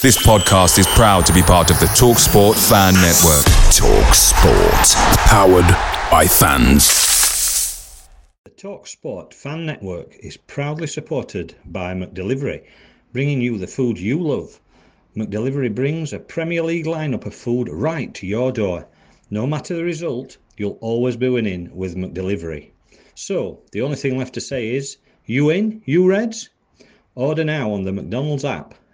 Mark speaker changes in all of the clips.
Speaker 1: This podcast is proud to be part of the Talk Sport Fan Network.
Speaker 2: Talk Sport. Powered by fans.
Speaker 3: The TalkSport fan network is proudly supported by McDelivery, bringing you the food you love. McDelivery brings a Premier League lineup of food right to your door. No matter the result, you'll always be winning with McDelivery. So, the only thing left to say is, you in, you Reds? Order now on the McDonald's app,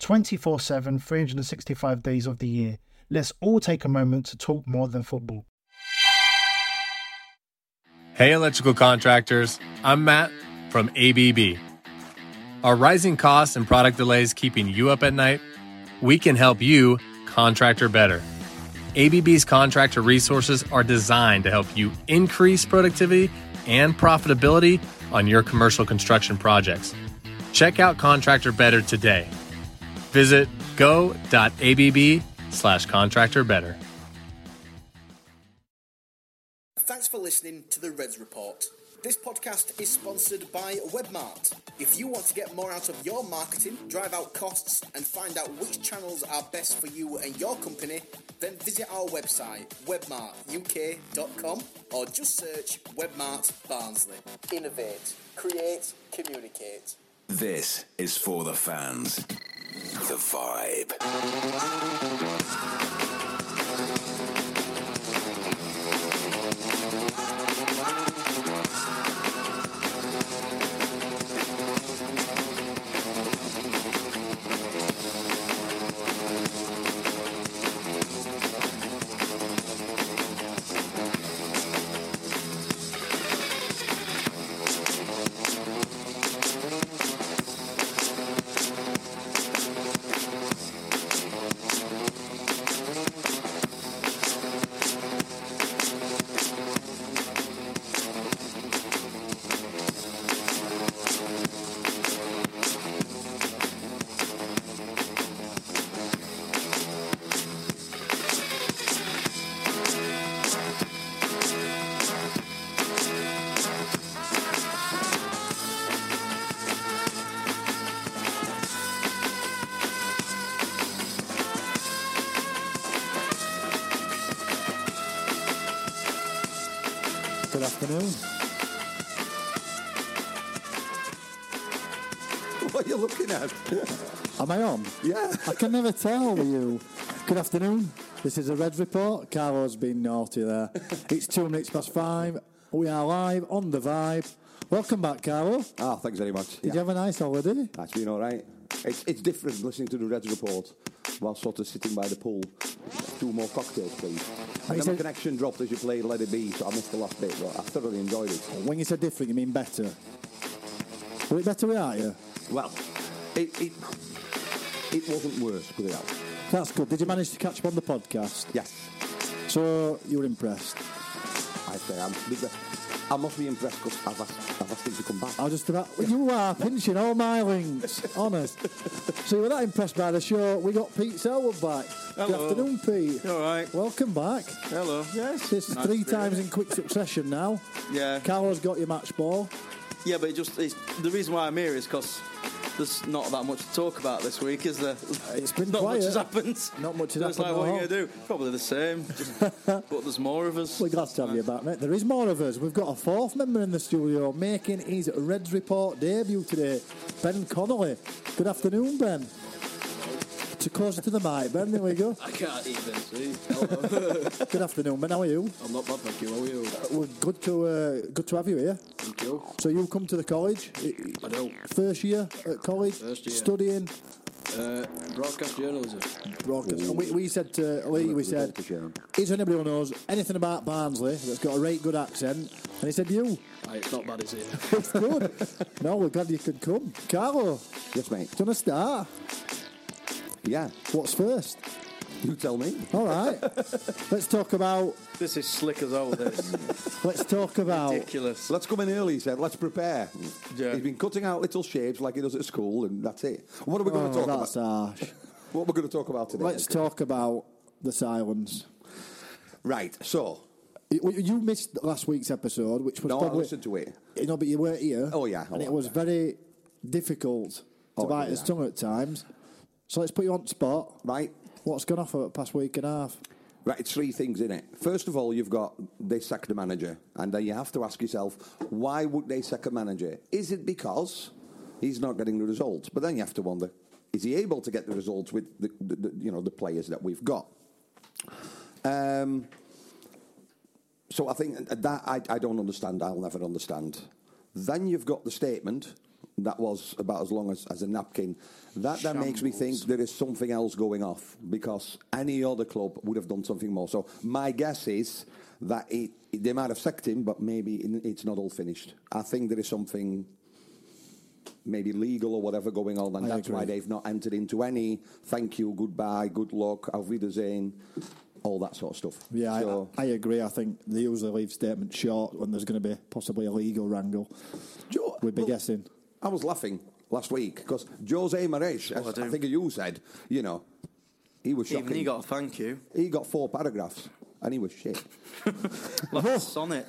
Speaker 4: 24 7, 365 days of the year. Let's all take a moment to talk more than football.
Speaker 5: Hey, electrical contractors. I'm Matt from ABB. Are rising costs and product delays keeping you up at night? We can help you contractor better. ABB's contractor resources are designed to help you increase productivity and profitability on your commercial construction projects. Check out Contractor Better today. Visit go.abb slash contractor better.
Speaker 6: Thanks for listening to the Reds Report. This podcast is sponsored by Webmart. If you want to get more out of your marketing, drive out costs, and find out which channels are best for you and your company, then visit our website, webmartuk.com, or just search Webmart Barnsley. Innovate, create, communicate.
Speaker 2: This is for the fans. The vibe.
Speaker 7: Good afternoon.
Speaker 8: What are you looking at?
Speaker 7: Am I on?
Speaker 8: Yeah.
Speaker 7: I can never tell with you. Good afternoon. This is a Reds report. Carlo's been naughty there. It's two minutes past five. We are live on the vibe. Welcome back, Carlo. Did
Speaker 8: Ah, thanks very much.
Speaker 7: you have a nice holiday?
Speaker 8: That's been all right. It's, it's different listening to the Reds report while sort of sitting by the pool. Two more cocktails, please. And
Speaker 7: you
Speaker 8: then my
Speaker 7: said-
Speaker 8: connection dropped as you played Let It Be, so I missed the last bit, but I thoroughly enjoyed it.
Speaker 7: When you say different, you mean better. Were it better without you?
Speaker 8: Well, it it, it wasn't worse, put it that way.
Speaker 7: That's good. Did you manage to catch up on the podcast?
Speaker 8: Yes,
Speaker 7: So you were impressed.
Speaker 8: I say I'm. I must be impressed because I've asked, I've asked him to come back.
Speaker 7: I was just about. You are pinching all my links, honest. so you were that impressed by the show. We got Pete Selwood back. Good afternoon, Pete.
Speaker 9: all right?
Speaker 7: Welcome back.
Speaker 9: Hello.
Speaker 7: Yes, this is
Speaker 9: Nice
Speaker 7: three
Speaker 9: to be
Speaker 7: times
Speaker 9: here.
Speaker 7: in quick succession now.
Speaker 9: Yeah.
Speaker 7: Carlo's got your match ball.
Speaker 9: Yeah, but it just it's, the reason why I'm here is because there's not that much to talk about this week, is there?
Speaker 7: It's been
Speaker 9: not
Speaker 7: quiet.
Speaker 9: much has happened.
Speaker 7: Not much has
Speaker 9: So it's like,
Speaker 7: happened
Speaker 9: what are you
Speaker 7: at
Speaker 9: going
Speaker 7: all.
Speaker 9: to do? Probably the same, just- but there's more of us.
Speaker 7: We're glad to have you back, mate. There is more of us. We've got a fourth member in the studio making his Reds Report debut today, Ben Connolly. Good afternoon, Ben. to closer to the mic, Ben. There we go.
Speaker 9: I can't even see. Hello.
Speaker 7: Good afternoon, Ben. How are you?
Speaker 9: I'm not bad, thank you. How are you?
Speaker 7: Well, good to uh, good to have you here.
Speaker 9: Thank you.
Speaker 7: So you come to the college, i-
Speaker 9: I know.
Speaker 7: first year at college,
Speaker 9: First year.
Speaker 7: studying
Speaker 9: Uh, broadcast journalism.
Speaker 7: broadcast. And we, we said to Lee, we said, is there anybody who knows anything about Barnsley that's got a right good accent? And he said, you.
Speaker 9: Aye, it's not bad, is it?
Speaker 7: It's good. no, we're glad you could come. Carlo,
Speaker 8: Yes, mate.
Speaker 7: do you want to start?
Speaker 8: Yeah.
Speaker 7: What's first?
Speaker 8: You tell me.
Speaker 7: All right. let's talk about.
Speaker 9: This is slick as all this.
Speaker 7: Let's talk about.
Speaker 9: Ridiculous.
Speaker 8: Let's come in early, he said. Let's prepare.
Speaker 9: Yeah.
Speaker 8: He's been cutting out little shapes like he does at school, and that's it. What are we going to
Speaker 7: Oh,
Speaker 8: talk
Speaker 7: that's
Speaker 8: about?
Speaker 7: harsh.
Speaker 8: What we're going to talk about today?
Speaker 7: Let's talk about the silence.
Speaker 8: Right. So,
Speaker 7: You- You missed last week's episode, which was
Speaker 8: no, I
Speaker 7: probably
Speaker 8: listened to it.
Speaker 7: You know, but you weren't here.
Speaker 8: Oh, yeah, I
Speaker 7: and it
Speaker 8: was,
Speaker 7: was very difficult to
Speaker 8: Oh,
Speaker 7: bite
Speaker 8: yeah.
Speaker 7: his tongue at times. So let's put you on the spot.
Speaker 8: Right.
Speaker 7: What's gone off for the past week and a half?
Speaker 8: Right, it's three things in it. First of all, you've got they sacked the manager, and then you have to ask yourself, why would they sack a manager? Is it because he's not getting the results? But then you have to wonder, is he able to get the results with the, the, the you know the players that we've got? Um, so I think that I, I don't understand. I'll never understand. Then you've got the statement that was about as long as, as a napkin. That then makes me think there is something else going off because any other club would have done something more. So my guess is that it, they might have sacked him, but maybe it's not all finished. I think there is something maybe legal or whatever going on, and
Speaker 7: I
Speaker 8: that's why
Speaker 7: agree.
Speaker 8: they've not entered into any thank you, goodbye, good luck, auf Wiedersehen, all that sort of stuff.
Speaker 7: Yeah, I-
Speaker 8: So-
Speaker 7: I, I agree. I think they usually leave statements short when there's going to be possibly a legal wrangle.
Speaker 8: Jo-
Speaker 7: We'd be guessing.
Speaker 8: I was laughing last week because Jose Mares,
Speaker 9: Oh, I
Speaker 8: I,
Speaker 9: do.
Speaker 8: think you said, you know, he was shocking.
Speaker 9: Even he got a thank you.
Speaker 8: He got four paragraphs and he was shit.
Speaker 9: Like a sonnet.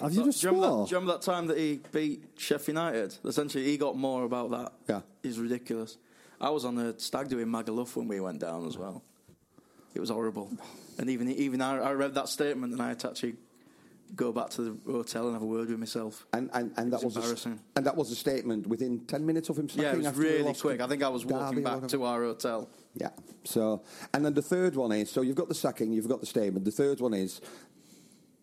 Speaker 7: Have you just
Speaker 9: do, you remember
Speaker 7: swore?
Speaker 9: that, do you remember that time that he beat Sheffield United? Essentially, he got more about that.
Speaker 8: Yeah.
Speaker 9: He's ridiculous. I was on the stag do in Magaluf when we went down as well. It was horrible. And even even I, I read that statement and I had to actually go back to the hotel and have a word with myself.
Speaker 8: And and, and that
Speaker 9: It's
Speaker 8: was a s-
Speaker 9: embarrassing.
Speaker 8: and that was a statement within ten minutes of him.
Speaker 9: Yeah, it
Speaker 8: sacking
Speaker 9: was
Speaker 8: after he
Speaker 9: really
Speaker 8: lost
Speaker 9: quick.
Speaker 8: to
Speaker 9: I think I was
Speaker 8: Derby or
Speaker 9: walking back
Speaker 8: whatever.
Speaker 9: to our hotel.
Speaker 8: Yeah. So, and then the third one is so you've got the sacking, you've got the statement. The third one is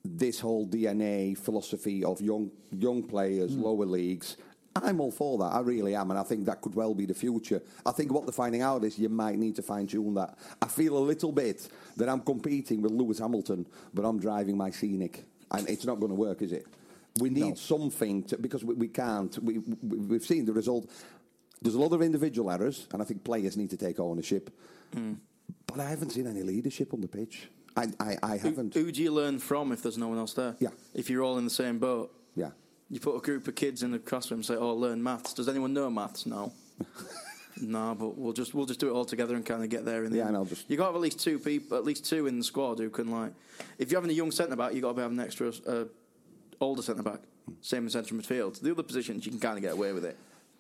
Speaker 8: this whole DNA philosophy of young young players, lower leagues. I'm all for that. I really am, and I think that could well be the future. I think what they're finding out is you might need to fine tune that. I feel a little bit that I'm competing with Lewis Hamilton, but I'm driving my scenic, and it's not going to work, is it? We need something to, because we, we can't. We, we, we've seen the result. There's a lot of individual errors, and I think players need to take ownership. But I haven't seen any leadership on the pitch. I, I, I
Speaker 9: Who,
Speaker 8: haven't.
Speaker 9: who do you learn from if there's no one else there?
Speaker 8: Yeah.
Speaker 9: If you're all in the same boat.
Speaker 8: Yeah.
Speaker 9: You put a group of kids in the classroom and say, "Oh, learn maths." Does anyone know maths? No. no, but we'll just we'll just do it all together and kind of get there. In the
Speaker 8: Yeah,
Speaker 9: end.
Speaker 8: and I'll just-
Speaker 9: you got to have at least two people, at least two in the squad who can like. If you're having a young centre back, you got to be having an extra uh, older centre back. Same in central midfield. The other positions you can kind of get away with it.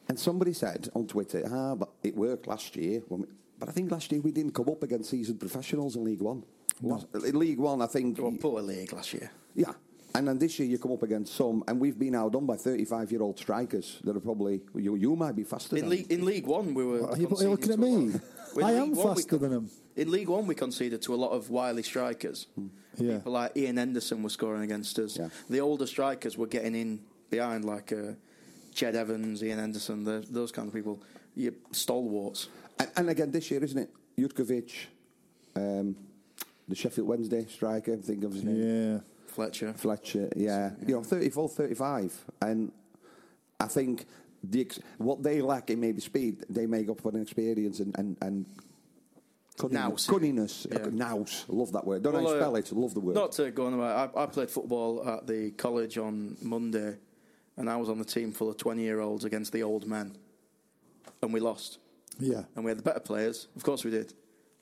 Speaker 8: And somebody said on Twitter, ah, but it worked last year. When we, but I think last year we didn't come up against seasoned professionals in League One. Last- in League One, I think.
Speaker 9: Well, poor league last year.
Speaker 8: Yeah. And then this year you come up against some, and we've been outdone by 35 year old strikers that are probably, you, you might be faster
Speaker 9: In
Speaker 8: than
Speaker 9: league, in league one, we were.
Speaker 7: Are you
Speaker 9: conceding
Speaker 7: looking at
Speaker 9: to a lot
Speaker 7: me?
Speaker 9: of- In
Speaker 7: I
Speaker 9: League One,
Speaker 7: am
Speaker 9: we
Speaker 7: faster
Speaker 9: con-
Speaker 7: than him.
Speaker 9: In League One, we conceded to a lot of wily strikers.
Speaker 7: Yeah.
Speaker 9: People like Ian Henderson were scoring against us.
Speaker 8: Hmm. Yeah.
Speaker 9: The older strikers were getting in behind, like uh, Ched Evans, Ian Henderson, the, those kind of people. You stalwarts.
Speaker 8: And, and again, this year, isn't it? Jurkovic, um, the Sheffield Wednesday striker, I think of his name.
Speaker 7: Yeah.
Speaker 9: Fletcher.
Speaker 8: Fletcher, yeah. You know, 34, 35. And I think the ex- what they lack in maybe speed, they make up for in experience and, and, and cunningness.
Speaker 9: Nous.
Speaker 8: cunningness.
Speaker 9: Yeah.
Speaker 8: Nous. Love that word. Don't know how
Speaker 9: Well,
Speaker 8: you
Speaker 9: uh,
Speaker 8: spell it. Love the word.
Speaker 9: Not to go on about. I, I played football at the college on Monday, and I was on the team full of twenty-year-olds against the old men, and we lost.
Speaker 7: Yeah.
Speaker 9: and we had the better players. Of course we did,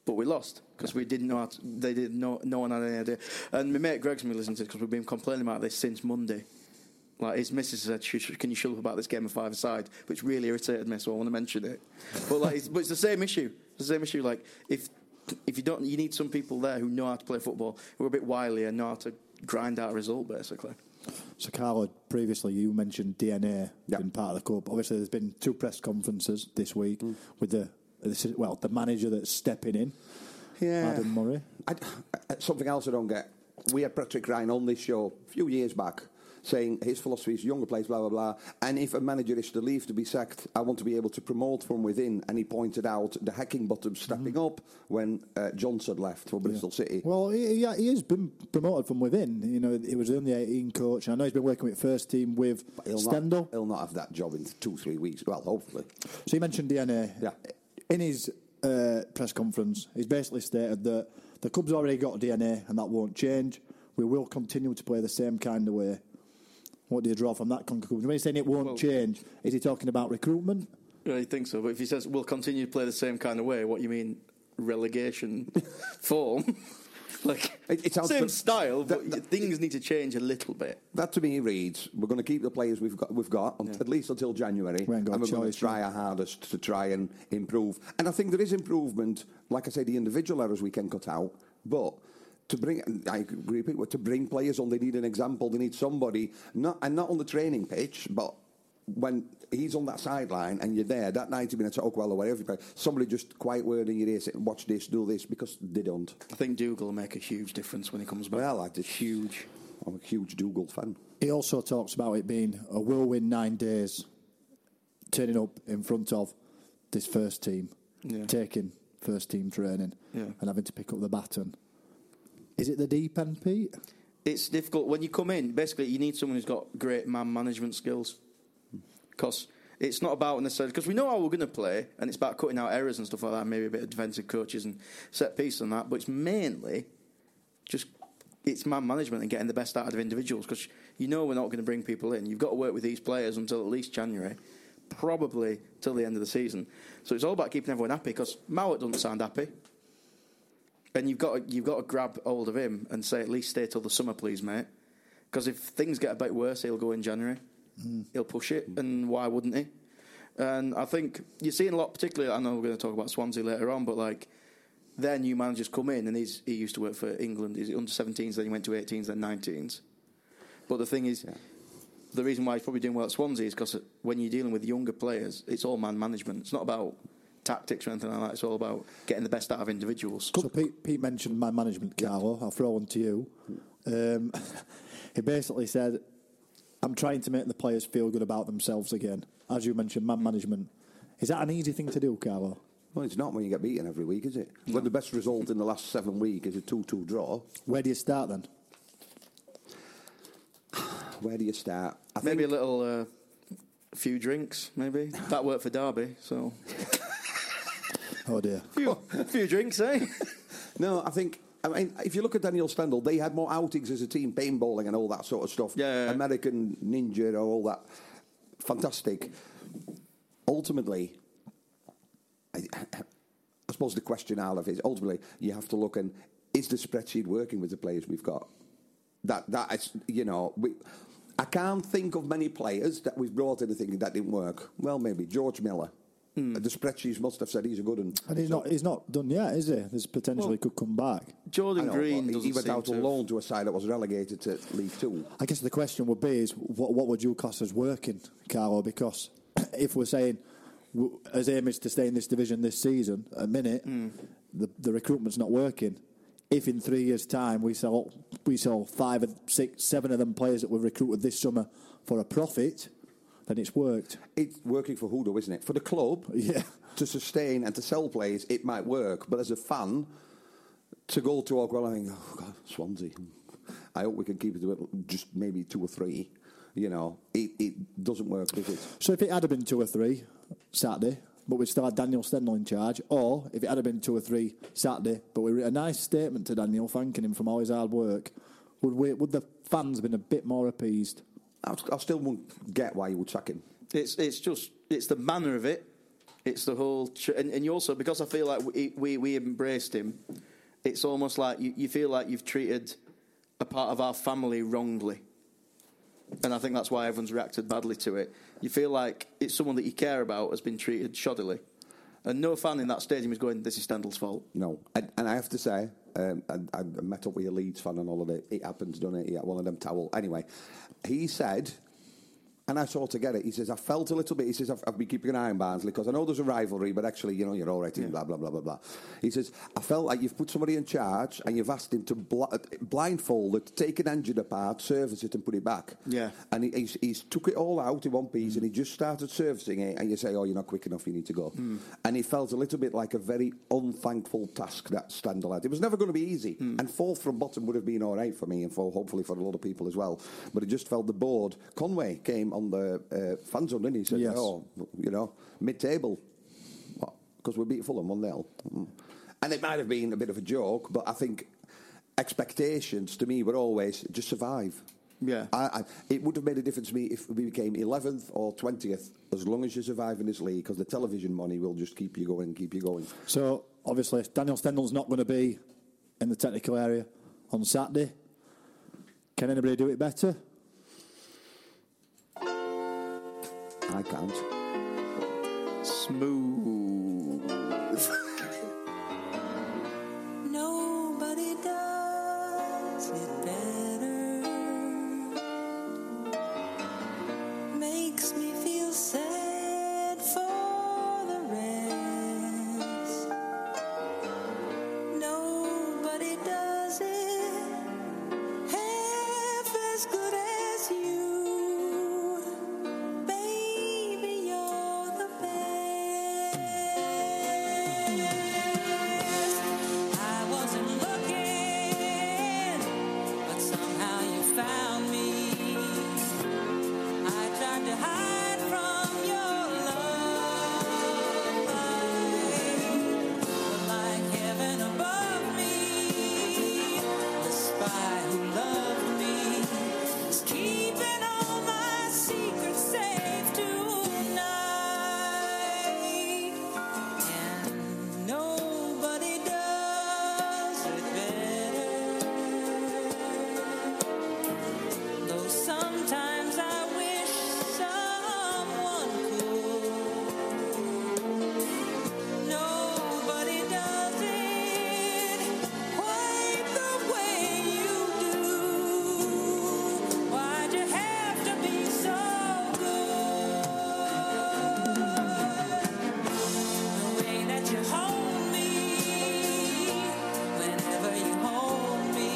Speaker 9: but we lost because we didn't know. How to, they didn't know. No one had any idea. And my mate Greg's been listening to because we've been complaining about this since Monday. Like his missus said, "Sh- sh- "Can you shut up about this game of five aside?" Which really irritated me, so I want to mention it. But like, it's, but it's the same issue. It's the same issue. Like if if you don't, you need some people there who know how to play football, who are a bit wily and know how to grind out a result, basically.
Speaker 7: So, Carlo, previously you mentioned DNA
Speaker 8: Yeah. Mm.
Speaker 7: being part of the club. Obviously, there's been two press conferences this week with the This is well, the manager that's stepping in,
Speaker 8: Yeah.
Speaker 7: Adam Murray.
Speaker 8: I, I- Uh, something else I don't get. We had Patrick Ryan on this show a few years back saying his philosophy is younger players, blah, blah, blah. And if a manager is to leave to be sacked, I want to be able to promote from within. And he pointed out the hacking bottom stepping up when uh, Johnson left for Bristol City.
Speaker 7: Mm-hmm. Well, he, he, he has been promoted from within. You know, he was the under 18 coach, and I know he's been working with first team with
Speaker 8: he'll,
Speaker 7: Stendhal.
Speaker 8: not, he'll not have that job in two, three weeks. Well, hopefully.
Speaker 7: So you mentioned DNA.
Speaker 8: Yeah.
Speaker 7: In his uh, press conference, he's basically stated that the club's already got DNA and that won't change. We will continue to play the same kind of way. What do you draw from that conclusion? When he's saying it won't change, is he talking about recruitment?
Speaker 9: Yeah, I think so. But if he says we'll continue to play the same kind of way, what you mean relegation form? like
Speaker 8: It- it sounds
Speaker 9: same
Speaker 8: pre-
Speaker 9: style, but
Speaker 8: that- that-
Speaker 9: things need to change a little bit.
Speaker 8: That to me reads: we're going to keep the players we've got, we've got unt- at least until January,
Speaker 7: We ain't
Speaker 8: and
Speaker 7: got a
Speaker 8: we're going
Speaker 7: choice,
Speaker 8: to try
Speaker 7: yeah.
Speaker 8: our hardest to try and improve. And I think there is improvement. Like I say, the individual errors we can cut out, but to bring, and I agree with you, to bring players on, they need an example. They need somebody, not and not on the training pitch, but. When he's on that sideline and you're there, that 90 minutes at Oakwell or wherever you play, somebody just quiet word in your ear, say, watch this, do this, because they don't.
Speaker 9: I think Dougal will make a huge difference when he comes back.
Speaker 8: Well, I just huge. I'm a huge Dougal fan.
Speaker 7: He also talks about it being a whirlwind nine days, turning up in front of this first team,
Speaker 9: Yeah.
Speaker 7: taking first team training,
Speaker 9: Yeah.
Speaker 7: and having to pick up the baton. Is it the deep end, Pete?
Speaker 9: it's difficult when you come in. Basically, you need someone who's got great man management skills because it's not about necessarily because we know how we're going to play, and it's about cutting out errors and stuff like that. Maybe a bit of defensive coaches and set piece and that, but it's mainly just it's man management and getting the best out of individuals because you know we're not going to bring people in. You've got to work with these players until at least January, probably till the end of the season. So it's all about keeping everyone happy because Mowat doesn't sound happy. And you've got to, you've got to grab hold of him and say at least stay till the summer, please, mate. Because if things get a bit worse, he'll go in January. He'll push it, and why wouldn't he? And I think you're seeing a lot, particularly. I know we're going to talk about Swansea later on, but like their new managers come in, and he's he used to work for England. He's under 17s, then he went to 18s, then 19s. But the thing is, the reason why he's probably doing well at Swansea is because when you're dealing with younger players, it's all man management. It's not about tactics or anything like that. It's all about getting the best out of individuals.
Speaker 7: So Pete, Pete mentioned my management, Carlo. I'll throw one to you. Um, he basically said, "I'm trying to make the players feel good about themselves again." As you mentioned, man management. Is that an easy thing to do, Carlo?
Speaker 8: Well, it's not when you get beaten every week, is it? When the best result in the last seven weeks is a 2 2 draw,
Speaker 7: Where do you start then?
Speaker 8: where do you start? I
Speaker 9: Maybe a little, uh, few drinks. Maybe that worked for Derby. So
Speaker 7: Oh dear.
Speaker 9: few, few drinks, eh?
Speaker 8: No, I think. I mean, if you look at Daniel Stendhal, they had more outings as a team, paintballing and all that sort of stuff.
Speaker 9: Yeah, yeah.
Speaker 8: American Ninja and all that. Fantastic. Ultimately, I, I suppose the question I'll have is ultimately you have to look and is the spreadsheet working with the players we've got? That that is, you know, we. I can't think of many players that we've brought in and thinking that didn't work. Well, maybe George Miller.
Speaker 9: Hmm.
Speaker 8: The spreadsheets must have said he's a good one.
Speaker 7: And he's not. He's not done yet, is he? There's potential he could come back.
Speaker 9: Jordan
Speaker 8: I know,
Speaker 9: Green
Speaker 8: but he-
Speaker 9: doesn't
Speaker 8: he went
Speaker 9: seem
Speaker 8: out
Speaker 9: to have-
Speaker 8: alone to a side that was relegated to League Two.
Speaker 7: I guess the question would be is what what would you class as working, Carlo? Because if we're saying w- as aim is to stay in this division this season, a minute, the the recruitment's not working. If in three years' time we sell we sell five, of- six, seven of them players that were recruited this summer for a profit, then it's worked.
Speaker 8: It's working for Hudo, isn't it? For the club
Speaker 7: Yeah.
Speaker 8: to sustain and to sell players, it might work. But as a fan, to go to Oakwell and think, oh God, Swansea. I hope we can keep it to just maybe two or three. You know, it, it doesn't work, does it?
Speaker 7: So if it had been two or three Saturday, but we still had Daniel Stendhal in charge, or if it had been two or three Saturday, but we wrote a nice statement to Daniel thanking him from all his hard work, would we, would the fans have been a bit more appeased?
Speaker 8: I, I still won't get why you would sack him.
Speaker 9: It's it's just it's the manner of it. It's the whole tr- and, and you also because I feel like we we, we embraced him. It's almost like you, you feel like you've treated a part of our family wrongly, and I think that's why everyone's reacted badly to it. You feel like it's someone that you care about has been treated shoddily, and no fan in that stadium is going, "This is Stendhal's fault."
Speaker 8: No, and, and I have to say, um, I, I met up with a Leeds fan on holiday. It happens, doesn't it? He had one of them towel. Anyway, he said, And I sort of get it. He says, I felt a little bit. He says, I've, I've been keeping an eye on Barnsley because I know there's a rivalry, but actually, you know, you're all right in blah, blah, blah, blah, blah. He says, I felt like you've put somebody in charge and you've asked him to bl- blindfold it, take an engine apart, service it, and put it back.
Speaker 9: Yeah.
Speaker 8: And he, he's, he's took it all out in one piece and he just started servicing it. And you say, oh, you're not quick enough, you need to go. And he felt a little bit like a very unthankful task that Stendhal had. It was never going to be easy. And fourth from bottom would have been all right for me and for hopefully for a lot of people as well. But it just felt the board. Conway came on the uh, fan zone and he said,
Speaker 7: Yes.
Speaker 8: oh, you know, mid table. Because we beat Fulham 1 0. And it might have been a bit of a joke, but I think expectations to me were always just survive.
Speaker 9: Yeah.
Speaker 8: I, I, it would have made a difference to me if we became 11th or 20th, as long as you survive in this league, because the television money will just keep you going, keep you going.
Speaker 7: So obviously Daniel Stendhal's not going to be in the technical area on Saturday. Can anybody do it better?
Speaker 8: I can't.
Speaker 9: Smooth.
Speaker 10: Nobody does it better. Makes me feel sad for the rest. Nobody does it half as good as you. Baby, you're the best. I wasn't looking, but somehow you found me. I tried to hide from your love, but like heaven above me, the spy who loved me is keeping all my secrets safe tonight. And nobody does it better. Though sometimes I wish someone could. Nobody does it quite the way you do. Why'd you have to be so good? The way that you hold me, whenever you hold me,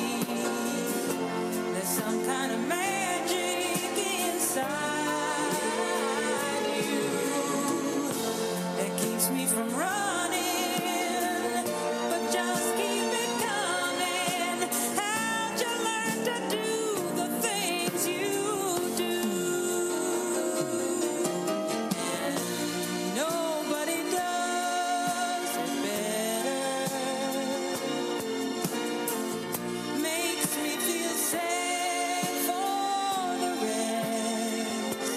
Speaker 10: there's some kind of magic inside you that keeps me from running, but just keep it coming. How'd you learn to do the things you do? Nobody does it better. Makes me feel safe for the rest.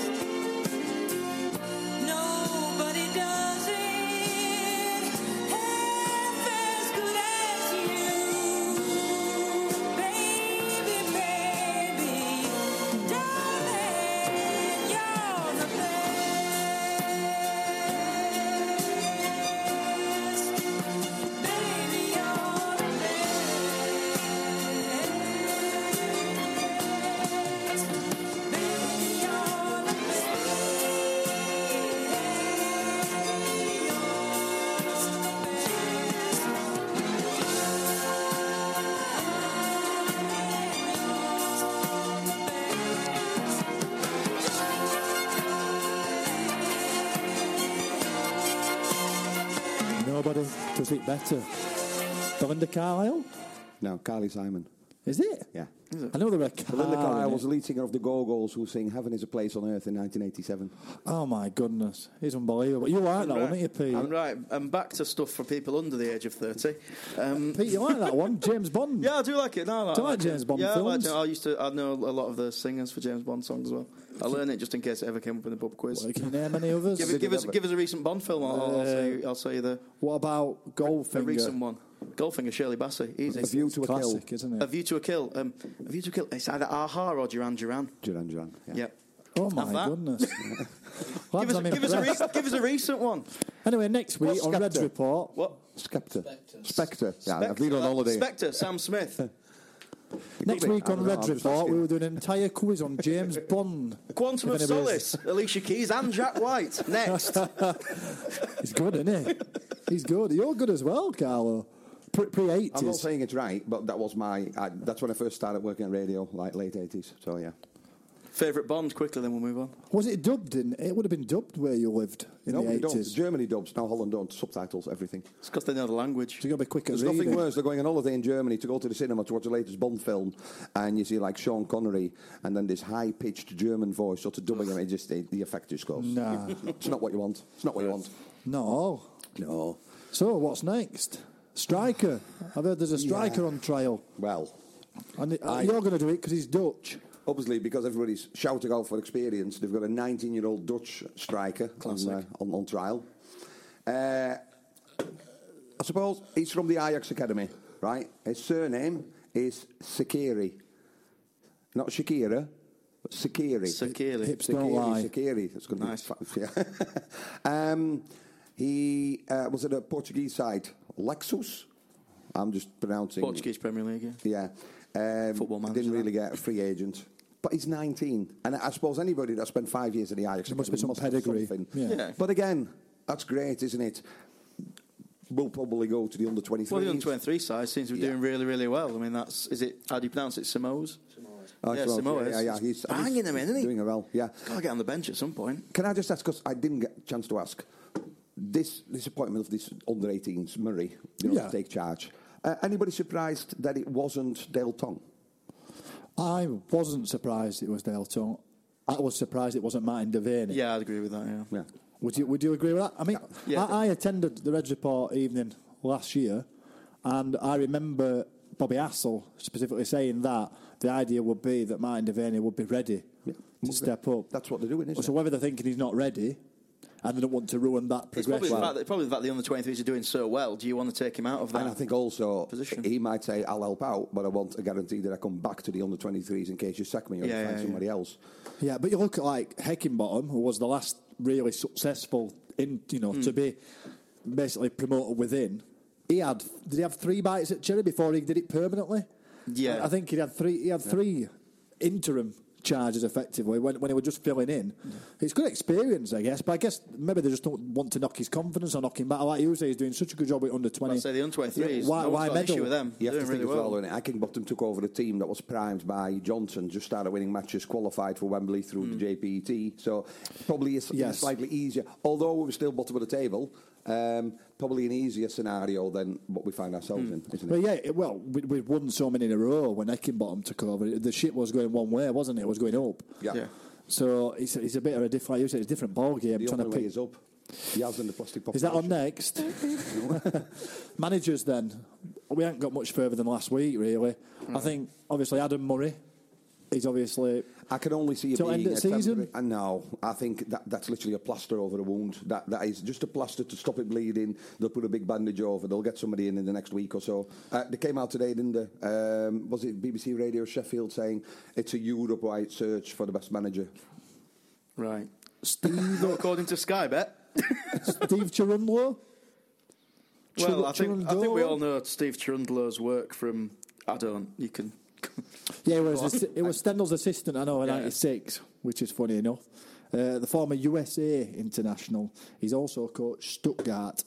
Speaker 10: Nobody does it half as good as you, baby, baby, darling, you're the best, baby, you're the best, baby, you're the best, you're the best.
Speaker 7: Nobody does it better. Belinda Carlisle?
Speaker 8: No, Carly Simon.
Speaker 7: Is it?
Speaker 8: Yeah.
Speaker 7: I know there were
Speaker 8: Belinda Carlisle
Speaker 7: in
Speaker 8: was
Speaker 7: it.
Speaker 8: the lead singer of the Go-Go's who sang Heaven is a Place on Earth in 1987.
Speaker 7: Oh my goodness, he's unbelievable. You like that one, aren't you, Pete?
Speaker 9: I'm right. I'm back to stuff for people under the age of 30. Um,
Speaker 7: Pete, you like that one, James Bond?
Speaker 9: yeah, I do like it. No, I
Speaker 7: Do you
Speaker 9: I
Speaker 7: like James Bond
Speaker 9: yeah, I, like
Speaker 7: films?
Speaker 9: James- I used to. I know a lot of the singers for James Bond songs as well. I learned it just in case it ever came up in the pub quiz.
Speaker 7: Well, Can you name any others?
Speaker 9: Give, give us, give us a recent Bond film. I'll, I'll, say you, I'll say you the
Speaker 7: Uh, What about Goldfinger?
Speaker 9: a recent one. Goldfinger, Shirley Bassey. Easy.
Speaker 8: A View to a Kill.
Speaker 7: Classic, isn't it?
Speaker 9: A View to a Kill. Um, a View to a Kill. It's either Aha or Duran Duran.
Speaker 8: Duran Duran. Yeah.
Speaker 9: Yep.
Speaker 7: oh
Speaker 9: Have that.
Speaker 7: my goodness. Lads,
Speaker 9: Give us,
Speaker 7: I'm
Speaker 9: give, us a
Speaker 7: impressed.
Speaker 9: re- give us a recent one.
Speaker 7: Anyway, next week on Red's
Speaker 8: Skepta?
Speaker 7: Report,
Speaker 9: What?
Speaker 8: Spectre. Spectre. Yeah, I've been
Speaker 9: Spectre.
Speaker 8: on holiday.
Speaker 9: Spectre, Sam Smith.
Speaker 7: Next
Speaker 8: be.
Speaker 7: week
Speaker 8: I
Speaker 7: on
Speaker 8: don't know,
Speaker 7: Reds
Speaker 8: I'm just
Speaker 7: Report, we
Speaker 8: asking.
Speaker 7: will do an entire quiz on James Bond.
Speaker 9: Quantum of
Speaker 7: If anybody's-
Speaker 9: Solace, Alicia Keys and Jack White. Next.
Speaker 7: He's good, isn't he? He's good. You're good as well, Carlo. Pre
Speaker 8: I'm not
Speaker 7: eighties.
Speaker 8: saying it's right, but that was my. I, that's when I first started working at radio, like late '80s. So yeah.
Speaker 9: Favourite Bond, quickly, then we'll move on.
Speaker 7: Was it dubbed? In, it would have been dubbed where you lived in
Speaker 8: no,
Speaker 7: the
Speaker 8: they don't.
Speaker 7: eighties. So
Speaker 8: Germany dubs. Now Holland don't. Subtitles, everything.
Speaker 9: It's because they know the language.
Speaker 7: you got to be quicker.
Speaker 8: There's nothing worse than going on holiday in Germany to go to the cinema to watch the latest Bond film, and you see like Sean Connery, and then this high-pitched German voice sort of dubbing him. It just it, the effect just goes.
Speaker 7: Nah.
Speaker 8: it's not what you want. It's not what you want.
Speaker 7: No.
Speaker 8: No.
Speaker 7: So what's next? Striker. I've heard there's a striker
Speaker 8: Yeah.
Speaker 7: on trial,
Speaker 8: Well,
Speaker 7: and it-
Speaker 8: Aye.
Speaker 7: you're going to do it because he's Dutch.
Speaker 8: obviously because everybody's shouting out for experience, they've got a 19-year-old Dutch striker on, uh, on, on trial. Uh, I suppose he's from the Ajax Academy, right? His surname is Sakiri. Not Shakira, but Sakiri.
Speaker 9: Sakiri.
Speaker 7: Hips don't lie.
Speaker 8: Sakiri. That's going to
Speaker 9: Nice.
Speaker 8: be fa- yeah. um, He uh, was at a Portuguese side, Lexus. I'm just pronouncing.
Speaker 9: Portuguese Premier League. yeah.
Speaker 8: Yeah. Um,
Speaker 9: Football manager,
Speaker 8: Didn't really
Speaker 9: that.
Speaker 8: get a free agent. But he's 19. And I I suppose anybody that spent five years at the Ajax...
Speaker 7: There must be
Speaker 8: Academy
Speaker 7: some
Speaker 8: have
Speaker 7: pedigree.
Speaker 8: something.
Speaker 7: Yeah.
Speaker 9: Yeah.
Speaker 8: But again, that's great, isn't it? We'll probably go to the under-23s.
Speaker 9: Well, the under 23 side seems to be
Speaker 8: Yeah.
Speaker 9: doing really, really well. I mean, that's, is it, how do you pronounce it? Samoas?
Speaker 8: Oh,
Speaker 9: yeah,
Speaker 8: well,
Speaker 9: Samoas.
Speaker 8: Yeah, yeah,
Speaker 9: He's
Speaker 8: he's, and he's
Speaker 9: banging them in, isn't he?
Speaker 8: Doing well, yeah.
Speaker 9: Gotta get on the bench at some point.
Speaker 8: Can I just ask, because I didn't get a chance to ask, this, this appointment of this under-18s, Murray, you know,
Speaker 7: Yeah.
Speaker 8: to take charge, uh, anybody surprised that it wasn't Dale Tong?
Speaker 7: I wasn't surprised it was Dale Tong. I was surprised it wasn't Martin Devaney.
Speaker 9: Yeah, I'd agree with that, yeah.
Speaker 8: Yeah.
Speaker 7: Would you Would you agree with that? I mean,
Speaker 9: Yeah.
Speaker 7: I, I attended the Reds Report evening last year, and I remember Bobby Assel specifically saying that the idea would be that Martin Devaney would be ready to step up.
Speaker 8: That's what they're doing, isn't
Speaker 7: so
Speaker 8: it?
Speaker 7: whether they're thinking he's not ready, and they don't want to ruin that
Speaker 9: It's probably,
Speaker 7: progression.
Speaker 9: the fact that, probably the fact the under 23s are doing so well. Do you want to take him out of that?
Speaker 8: And I think also
Speaker 9: Position.
Speaker 8: he might say, "I'll help out, but I want a guarantee that I come back to the under 23s in case you sack me or
Speaker 9: Yeah,
Speaker 8: you find
Speaker 9: yeah,
Speaker 8: somebody else."
Speaker 7: Yeah, but you look at like Heckingbottom, who was the last really successful in you know
Speaker 9: Hmm.
Speaker 7: to be basically promoted within. He had did he have three bites at cherry before he did it permanently?
Speaker 9: Yeah.
Speaker 7: I think he had three. He had three interim charges effectively when when he was just filling in. It's good experience, I guess, but I guess maybe they just don't want to knock his confidence or knock him back. Like you say, he's doing such a good job with under twenty.
Speaker 9: I'd say the under 23s.
Speaker 7: Why-
Speaker 9: no one's
Speaker 7: why
Speaker 9: got an issue
Speaker 7: medal?
Speaker 9: with them.
Speaker 8: You
Speaker 9: They're
Speaker 8: have
Speaker 9: doing
Speaker 8: to think
Speaker 9: really
Speaker 8: as well,
Speaker 9: well.
Speaker 8: innit? Heckingbottom took over a team that was primed by Johnson, just started winning matches, qualified for Wembley through
Speaker 9: Hmm.
Speaker 8: the JPET. So probably it's
Speaker 7: Yes.
Speaker 8: slightly easier, although we were still bottom of the table. Um, probably an easier scenario than what we find
Speaker 9: Hmm.
Speaker 8: ourselves in, isn't
Speaker 7: Mm. But
Speaker 8: it?
Speaker 7: yeah, it, well, we, we'd won so many in a row when Eckenbottom took over. The shit was going one way, wasn't it? It was going up.
Speaker 8: Yeah.
Speaker 9: Yeah.
Speaker 7: So it's, it's a bit of a different, like you said, it's a different ball game.
Speaker 8: The
Speaker 7: trying
Speaker 8: only
Speaker 7: to
Speaker 8: way
Speaker 7: pick.
Speaker 8: is
Speaker 7: Is,
Speaker 8: up. Yaz and the plastic pop.
Speaker 7: that on next? Managers then. We haven't got much further than last week, really.
Speaker 8: Mm.
Speaker 7: I think, obviously, Adam Murray is obviously.
Speaker 8: I can only see it
Speaker 7: Till
Speaker 8: being
Speaker 7: end of
Speaker 8: a
Speaker 7: season?
Speaker 8: temporary- uh, No, I think that, that's literally a plaster over a wound. That that is just a plaster to stop it bleeding. They'll put a big bandage over. They'll get somebody in in the next week or so. Uh, they came out today, didn't they? Um, was it BBC Radio Sheffield saying it's a Europe-wide search for the best manager?
Speaker 9: Right.
Speaker 7: Steve,
Speaker 9: Not according to Sky Bet.
Speaker 7: Steve Cherundlow?
Speaker 9: Well, I think, I think we
Speaker 7: Cherundolo?
Speaker 9: all know Steve Cherundlow's work from. I don't. You can.
Speaker 7: Yeah, it was, assi- it was Stendhal's assistant, I know, in
Speaker 9: Yeah.
Speaker 7: 96, which is funny enough. Uh, the former USA international. He's also coached Stuttgart.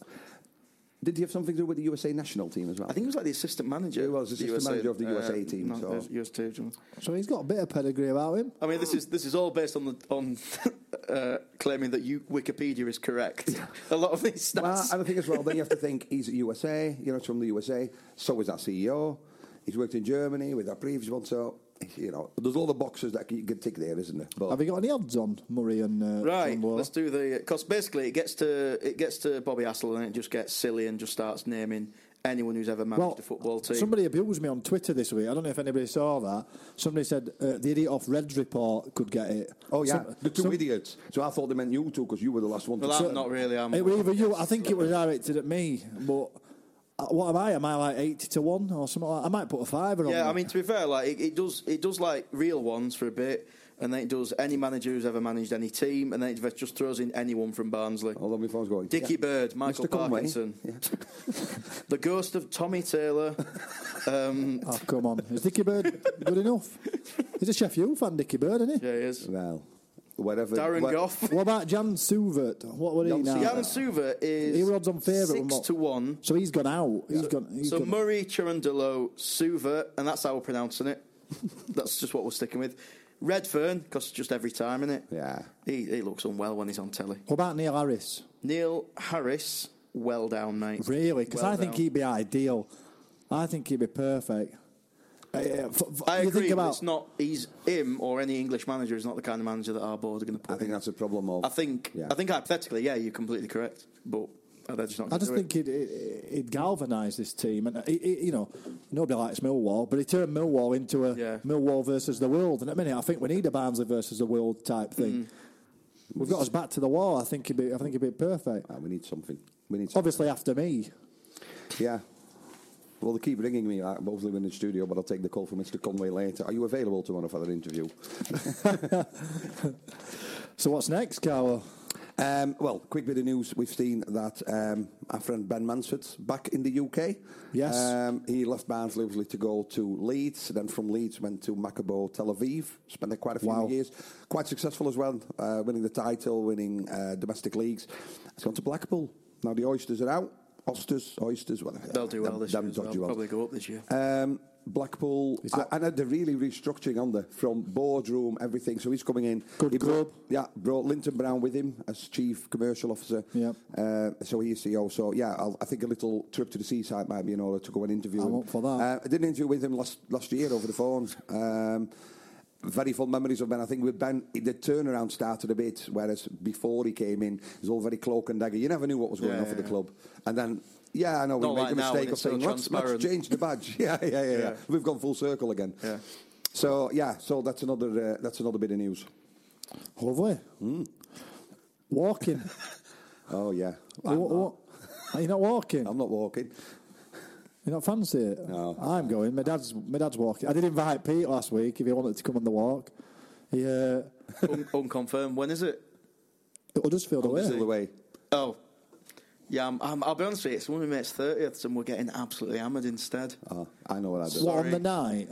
Speaker 8: Did he have something to do with the USA national team as well?
Speaker 9: I think he was like the assistant manager.
Speaker 8: He was assistant manager of the USA team,
Speaker 9: uh, no,
Speaker 8: so-
Speaker 9: the US team.
Speaker 7: uh, So he's got a bit of pedigree about him.
Speaker 9: I mean, this is this is all based on the on uh, claiming that you Wikipedia is correct. a lot of these stats.
Speaker 8: Well, and I think as well, then you have to think he's at USA, you know, it's from the USA. So is our CEO. He's worked in Germany with our previous one, so you know, there's all the boxes that you can tick there, isn't there? But
Speaker 7: Have you got any odds on Murray and uh,
Speaker 9: Right,
Speaker 7: Cherundolo?
Speaker 9: let's do the because basically it gets to it gets to Bobby Hassel and it just gets silly and just starts naming anyone who's ever managed a football team.
Speaker 7: Somebody abused me on Twitter this week. I don't know if anybody saw that. Somebody said uh, the idiot off Reds report could get it.
Speaker 8: Oh yeah,
Speaker 7: Some-
Speaker 8: the two
Speaker 7: some-
Speaker 8: idiots. So I thought they meant you two because you were the last one.
Speaker 9: well,
Speaker 8: to
Speaker 9: I'm not really. I'm
Speaker 7: It were either you. I think it was directed at me, but uh, what am I? Am I like eighty to one or something? Like I might put a fiver on.
Speaker 9: Yeah,
Speaker 7: that.
Speaker 9: I mean to be fair, like it, it does it does like real ones for a bit, and then it does any manager who's ever managed any team, and then it just throws in anyone from Barnsley.
Speaker 8: Hold on, my phone's going.
Speaker 9: Dickie
Speaker 8: Yeah.
Speaker 9: Bird, Michael
Speaker 8: Mr. Conway.
Speaker 9: Parkinson, the ghost of Tommy Taylor. um,
Speaker 7: Oh come on! Is Dickie Bird good enough? He's a Sheffield fan, Dickie Bird, isn't he?
Speaker 9: yeah, he is.
Speaker 8: Well, wherever.
Speaker 9: Darren
Speaker 8: where-
Speaker 9: Goff.
Speaker 7: What about Jan Suvert? What would he
Speaker 8: Jan
Speaker 7: now?
Speaker 8: Suvert.
Speaker 9: Jan Suva is
Speaker 7: He were odds on favourite, wasn't
Speaker 9: six
Speaker 7: he?
Speaker 9: to one.
Speaker 7: So he's gone out. He's gone. he's
Speaker 9: So
Speaker 7: gone-
Speaker 9: Murray Chirundolo Suva, and that's how we're pronouncing it. that's just what we're sticking with. Redfern, because just every time, innit?
Speaker 8: Yeah.
Speaker 9: He, he looks unwell when he's on telly.
Speaker 7: What about Neil Harris?
Speaker 9: Neil Harris, well down, mate.
Speaker 7: Really? Because
Speaker 9: Well
Speaker 7: I think
Speaker 9: down.
Speaker 7: he'd be ideal. I think he'd be perfect. Uh, yeah, f- f-
Speaker 9: I
Speaker 7: you
Speaker 9: agree.
Speaker 7: Think
Speaker 9: but
Speaker 7: about
Speaker 9: it's not he's him or any English manager is not the kind of manager that our board are going to put.
Speaker 8: I think
Speaker 9: in.
Speaker 8: that's a problem. Of,
Speaker 9: I think.
Speaker 8: Yeah.
Speaker 9: I think hypothetically, yeah, you're completely correct. But they're just not.
Speaker 7: I
Speaker 9: gonna
Speaker 7: just
Speaker 9: do
Speaker 7: think
Speaker 9: it.
Speaker 7: it it, it galvanised this team, and it, it, you know nobody likes Millwall, but he turned Millwall into a
Speaker 9: Yeah.
Speaker 7: Millwall versus the world. And at the minute, I think we need a Barnsley versus the world type thing.
Speaker 9: Mm-hmm.
Speaker 7: We've got us back to the wall. I think it'd be, I think it'd be perfect.
Speaker 8: Ah, we need something. We need. Something.
Speaker 7: Obviously, after me,
Speaker 8: Yeah. Well, they keep ringing me. uh, I'm obviously in the studio, but I'll take the call from Mr. Conway later. Are you available tomorrow for an interview?
Speaker 7: so what's next, Carlo?
Speaker 8: Um, well, quick bit of news. We've seen that um, our friend Ben Mansford's back in the UK.
Speaker 7: Yes.
Speaker 8: Um, he left Barnsley obviously to go to Leeds, then from Leeds went to Maccabi Tel Aviv. Spent there quite a few
Speaker 7: Wow.
Speaker 8: years. Quite successful as well, uh, winning the title, winning uh, domestic leagues. He's gone to Blackpool. Now the Oysters are out. Oysters, Oysters, whatever.
Speaker 9: they'll do well this
Speaker 8: Them-
Speaker 9: year.
Speaker 8: them
Speaker 9: As well.
Speaker 8: dodgy ones.
Speaker 9: Probably go up this year.
Speaker 8: Um, Blackpool,
Speaker 7: Is that-
Speaker 8: I- and they're really restructuring on there from boardroom, everything. So he's coming in.
Speaker 7: Good
Speaker 8: he brought-
Speaker 7: club.
Speaker 8: yeah, brought Linton Brown with him as chief commercial officer.
Speaker 7: Yep.
Speaker 8: Uh, so he's CEO. So yeah, I'll, I think a little trip to the seaside might be in order to go and interview
Speaker 7: I'm
Speaker 8: him.
Speaker 7: up for that.
Speaker 8: Uh, I did an interview with him last last year over the phone. Um, very fond memories of Ben. I think with Ben, the turnaround started a bit, whereas before he came in, it was all very cloak and dagger. You never knew what was going
Speaker 9: Yeah,
Speaker 8: on for the
Speaker 9: yeah.
Speaker 8: club. And then, yeah, I know we
Speaker 9: Not
Speaker 8: made
Speaker 9: like
Speaker 8: the
Speaker 9: now when
Speaker 8: mistake of
Speaker 9: it's so
Speaker 8: saying, let's,
Speaker 9: transparent.
Speaker 8: let's change the badge. Yeah, yeah, yeah, yeah,
Speaker 9: Yeah.
Speaker 8: We've gone full circle again.
Speaker 9: Yeah.
Speaker 8: So yeah, so that's another uh, that's another bit of news. Hmm.
Speaker 7: Lovely. Walking.
Speaker 8: Oh yeah,
Speaker 7: Wa- wa- Are you not walking?
Speaker 8: I'm not walking.
Speaker 7: You not fancy it?
Speaker 8: No.
Speaker 7: I'm going. My dad's my dad's walking. I did invite Pete last week if he wanted to come on the walk. He uh,
Speaker 9: Un- unconfirmed. When is it?
Speaker 7: Huddersfield away.
Speaker 8: All the way.
Speaker 9: Oh. Yeah, I'm, I'm, I'll be honest with you. It's one of my mates' 30th, and we're getting absolutely hammered instead.
Speaker 8: Oh, I know what I do.
Speaker 7: What on
Speaker 9: Sorry.
Speaker 7: the night?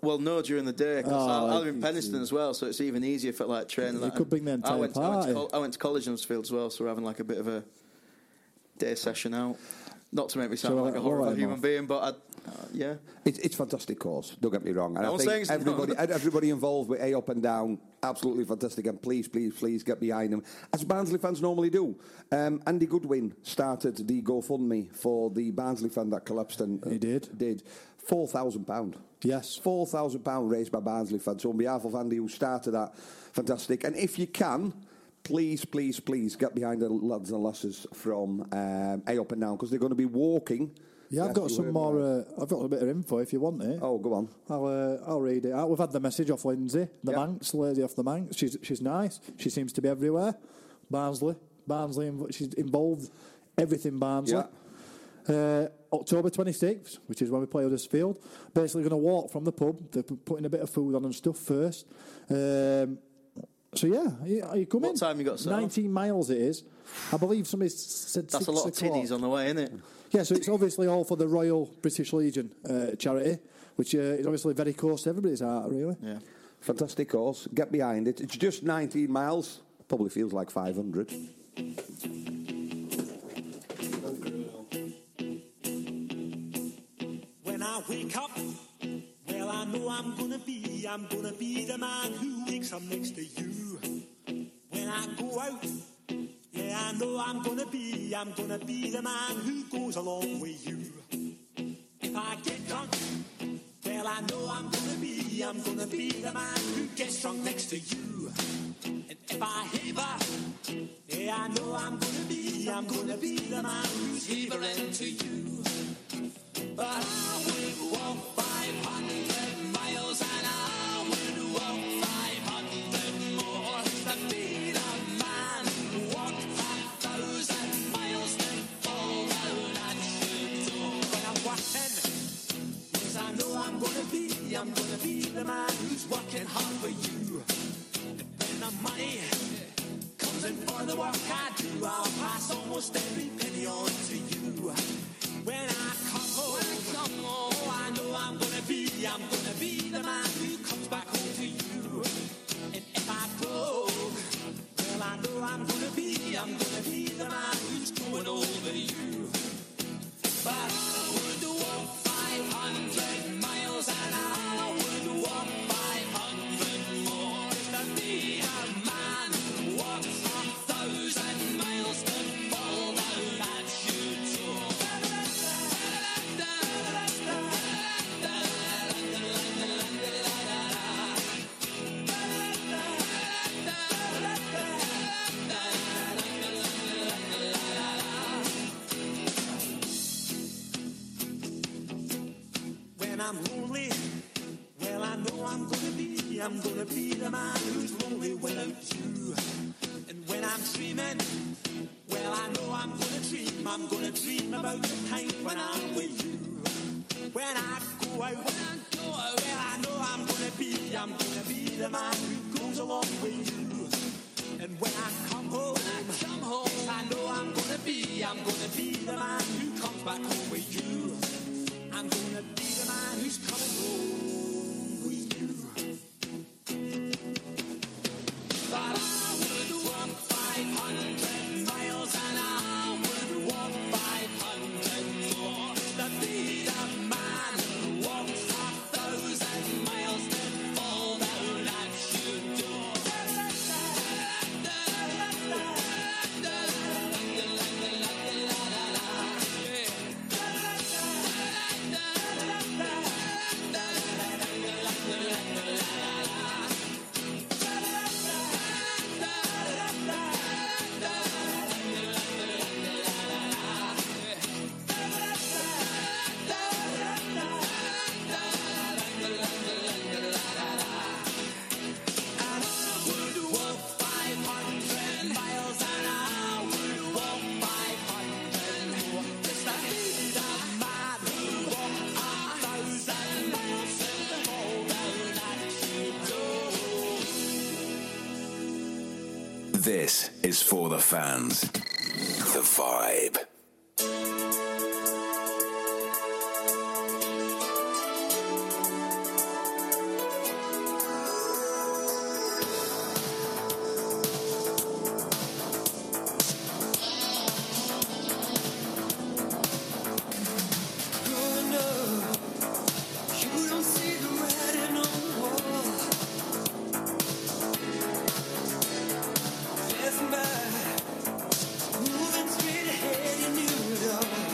Speaker 9: Well, no, during the day. 'cause
Speaker 7: Oh,
Speaker 9: I, I live
Speaker 7: I
Speaker 9: in
Speaker 7: see.
Speaker 9: Penniston as well, so it's even easier for like training.
Speaker 7: You
Speaker 9: like,
Speaker 7: could bring the
Speaker 9: I
Speaker 7: entire
Speaker 9: went, I went, to,
Speaker 7: party.
Speaker 9: col- I went to college in Huddersfield as well, so we're having like a bit of a day session out. Not to make me sound
Speaker 7: So,
Speaker 9: like
Speaker 7: uh,
Speaker 9: a
Speaker 7: all
Speaker 9: horrible
Speaker 7: right,
Speaker 9: human
Speaker 7: Mark.
Speaker 9: being, but I, uh, yeah,
Speaker 8: It's, it's fantastic course. Don't get me wrong. And
Speaker 9: No
Speaker 8: I
Speaker 9: one
Speaker 8: think
Speaker 9: saying so.
Speaker 8: everybody, and everybody involved with A up and down, absolutely fantastic. And please, please, please get behind them as Barnsley fans normally do. Um, Andy Goodwin started the GoFundMe for the Barnsley fan that collapsed and uh,
Speaker 7: He did.
Speaker 8: did four thousand pound.
Speaker 7: Yes.
Speaker 8: four thousand pound raised by Barnsley fans. So on behalf of Andy, who started that, fantastic. And if you can. Please, please, please get behind the lads and lasses from um, A Up and Down because they're going to be walking.
Speaker 7: Yeah, I've
Speaker 8: Yes,
Speaker 7: got
Speaker 8: you
Speaker 7: some
Speaker 8: were-
Speaker 7: more. Uh, I've got a bit of info if you want it.
Speaker 8: Oh, go on.
Speaker 7: I'll uh, I'll read it out. We've had the message off Lindsay, the
Speaker 8: Yeah.
Speaker 7: Manx lady off the Manx. She's she's nice. She seems to be everywhere. Barnsley, Barnsley. inv- She's involved everything Barnsley.
Speaker 8: Yeah.
Speaker 7: Uh, October 26th, which is when we play Huddersfield. Basically, going to walk from the pub. They're p- putting a bit of food on and stuff first. Um, so yeah, are you, are you coming?
Speaker 9: What time you got set off?
Speaker 7: 19 miles it is. I believe somebody s- said
Speaker 9: that's
Speaker 7: six
Speaker 9: a lot of
Speaker 7: o'clock.
Speaker 9: tiddies on the way, isn't it?
Speaker 7: Yeah, so it's obviously all for the Royal British Legion uh, charity, which uh, is obviously very close to everybody's heart, really.
Speaker 9: Yeah.
Speaker 8: Fantastic course. Get behind it. It's just 19 miles. Probably feels like 500.
Speaker 10: When I wake up, well, I know I'm gonna be, I'm gonna be the man who wakes up next to you. When I go out, yeah, I know I'm gonna be, I'm gonna be the man who goes along with you. If I get drunk, well, I know I'm gonna be, I'm gonna be the man who gets drunk next to you. And if I haver, yeah, I know I'm gonna be, I'm gonna be the man who's havering to you. But I would walk 500 miles and I would walk 500 more to be the man who walked 5,000 miles to fall down at your door.
Speaker 11: a man who's working hard for you. When the money comes in for the work I do, I'll pass almost every penny on to you. When I come home, I know I'm gonna be, I'm gonna be the man who comes back home to you. And if I broke, well I know I'm gonna be, I'm gonna be the man who's going over you. But I would walk 500 miles and I would walk 500 more. To be a man who walks a thousand miles to fall down that chute door. When I'm lonely, well I know I'm gonna be, I'm gonna be the man who's lonely without you. And when I'm dreaming, well I know I'm gonna dream, I'm gonna dream about the time when I'm with you. When I go out, when I go out, well I know I'm gonna be, I'm gonna be the man who goes along with you. And when I come home, when I come home, yes, I know I'm gonna be, I'm gonna be the man who comes back home with you. I'm gonna be the man who's coming home with you. But I would walk 500 miles and I would walk 500 more to be the man who walks a thousand miles to fall down at your door.
Speaker 10: This is for the fans. The vibe.
Speaker 11: Growing up, you don't see the writing on the wall. Passing by, moving straight ahead, you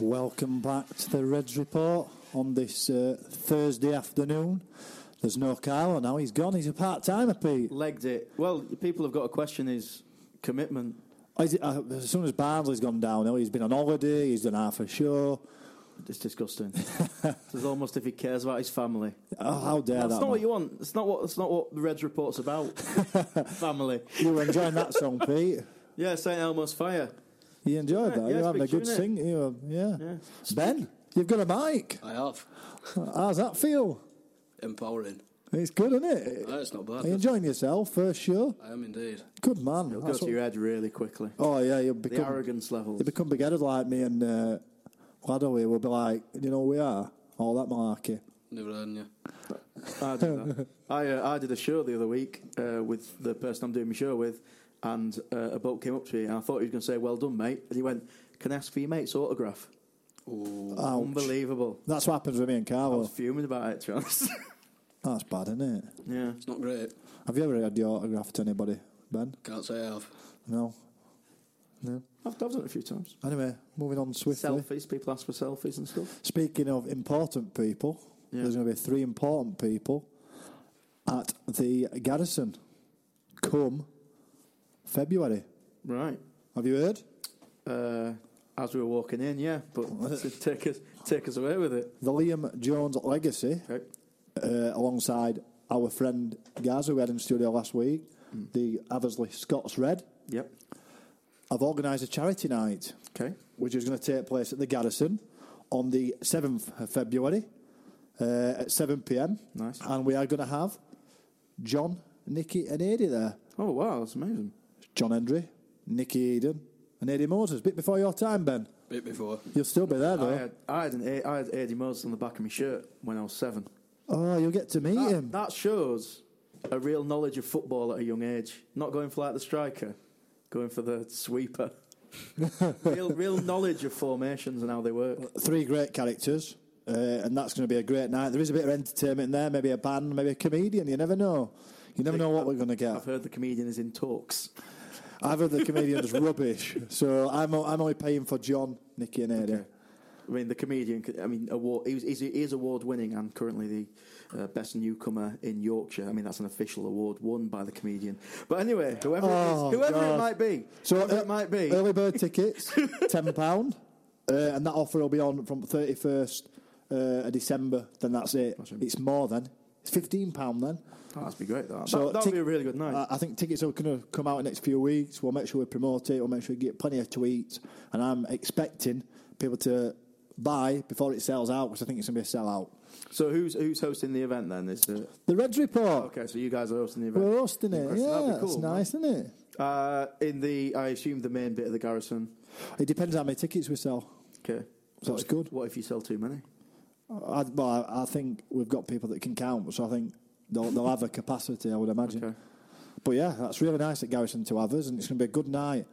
Speaker 7: Welcome back to the Reds Report on this uh, Thursday afternoon. There's no Carlo now. He's gone. He's a part timer, Pete.
Speaker 9: Legged it. Well, people have got to question his commitment.
Speaker 7: Is it- uh, as soon as Barnsley's gone down, though, he's been on holiday. He's done half a show.
Speaker 9: It's disgusting. it's almost if he cares about his family.
Speaker 7: Oh, how dare
Speaker 9: That's
Speaker 7: that?
Speaker 9: not what
Speaker 7: man.
Speaker 9: you want. It's not what. It's not what the Reds report's about. family.
Speaker 7: You were enjoying that song, Pete.
Speaker 9: Yeah, St Elmo's fire.
Speaker 7: You enjoyed
Speaker 9: Yeah,
Speaker 7: that.
Speaker 9: yeah,
Speaker 7: You're
Speaker 9: it's
Speaker 7: having a
Speaker 9: big
Speaker 7: good
Speaker 9: tune,
Speaker 7: sing. You were, yeah.
Speaker 9: Yeah.
Speaker 7: Ben, you've got a mic.
Speaker 12: I have.
Speaker 7: How's that feel?
Speaker 12: Empowering.
Speaker 7: It's good, isn't it?
Speaker 12: That's not
Speaker 7: Are you
Speaker 12: bad.
Speaker 7: enjoying yourself? First show.
Speaker 12: I am indeed.
Speaker 7: Good man.
Speaker 9: It'll go
Speaker 7: That's
Speaker 9: to
Speaker 7: what-
Speaker 9: your head really quickly.
Speaker 7: Oh yeah, you'll
Speaker 9: The
Speaker 7: become
Speaker 9: arrogance levels.
Speaker 7: They become big headed like me and uh, Lado here will be like, you know, who we are all that malarkey.
Speaker 12: Never heard you.
Speaker 9: I did that. I, uh, I did a show the other week uh, with the person I'm doing my show with, and uh, a bloke came up to me, and I thought he was going to say, "Well done, mate," and he went, "Can I ask for your mate's autograph?"
Speaker 7: Ouch.
Speaker 9: Unbelievable.
Speaker 7: That's what happens with me and
Speaker 9: I was
Speaker 7: Carlo.
Speaker 9: fuming about it, to be honest.
Speaker 7: That's bad, isn't it?
Speaker 9: yeah.
Speaker 12: It's not great.
Speaker 7: Have you ever had your autograph to anybody, Ben?
Speaker 12: Can't say I have.
Speaker 7: No.
Speaker 9: I've, I've done it a few times.
Speaker 7: Anyway, moving on swiftly.
Speaker 9: Selfies, people ask for selfies and stuff.
Speaker 7: Speaking of important people,
Speaker 9: Yeah.
Speaker 7: there's going to be three important people at the Garrison come February.
Speaker 9: Right.
Speaker 7: Have you heard?
Speaker 9: Uh, as we were walking in, yeah, but to take us take us away with it.
Speaker 7: The Liam Jones legacy
Speaker 9: Okay.
Speaker 7: uh, alongside our friend Gaz, who we had in studio last week,
Speaker 9: Mm.
Speaker 7: the Aversley Scots Red,
Speaker 9: Yep.
Speaker 7: have organised a charity night,
Speaker 9: Okay.
Speaker 7: which is going to take place at the Garrison on the 7th of February uh, at 7 pm.
Speaker 9: Nice.
Speaker 7: And we are going to have John, Nicky, and Eddie there.
Speaker 9: Oh wow, that's amazing.
Speaker 7: John Hendry, Nicky Eden, and Eddie Moses. Bit before your time, Ben.
Speaker 12: Bit before.
Speaker 7: You'll still be there, though.
Speaker 9: I had I had, an, A- I had AD Moses on the back of my shirt when I was seven.
Speaker 7: Oh, you'll get to meet him.
Speaker 9: That, that shows a real knowledge of football at a young age. Not going for like the striker, going for the sweeper. real, real knowledge of formations and how they work.
Speaker 7: three great characters, uh, and that's going to be a great night. There is a bit of entertainment there, maybe a band, maybe a comedian. You never know. You never know what we're going to get.
Speaker 9: I've heard the comedian is in talks.
Speaker 7: I've heard the comedian's rubbish, so I'm o- I'm only paying for John, Nicky, and Eddie.
Speaker 9: I mean, the comedian. I mean, award. He, was, he's, he is award winning and currently the uh, best newcomer in Yorkshire. I mean, that's an official award won by the comedian. But anyway, whoever
Speaker 7: Oh,
Speaker 9: it is, whoever
Speaker 7: God.
Speaker 9: it might be,
Speaker 7: So
Speaker 9: whoever
Speaker 7: uh,
Speaker 9: it might be.
Speaker 7: early bird tickets, ten pound, uh, and that offer will be on from thirty first uh, of December. Then that's it. It's more then. It's fifteen pound then.
Speaker 9: Oh, that'd be great. That
Speaker 7: So
Speaker 9: that would
Speaker 7: tic-
Speaker 9: be a really good night.
Speaker 7: I- I think tickets are going to come out in the next few weeks. We'll make sure we promote it. We'll make sure we get plenty of tweets. And I'm expecting people to buy before it sells out because I think it's going to be a sellout.
Speaker 9: so who's who's hosting the event then? Is it?
Speaker 7: The Reds Report.
Speaker 9: Okay, so you guys are hosting the event.
Speaker 7: We're hosting it.
Speaker 9: Impressive. That'd
Speaker 7: Yeah,
Speaker 9: be
Speaker 7: it's
Speaker 9: cool, man.
Speaker 7: nice, isn't it?
Speaker 9: Uh, in the, I assume the main bit of the garrison.
Speaker 7: It depends how many tickets we sell.
Speaker 9: Okay,
Speaker 7: So
Speaker 9: What
Speaker 7: it's
Speaker 9: if-
Speaker 7: good.
Speaker 9: What if you sell too many?
Speaker 7: I, well, I I think we've got people that can count, so I think they'll, they'll have a capacity, I would imagine.
Speaker 9: Okay.
Speaker 7: But yeah, that's really nice at Garrison to have us, and it's going to be a good night.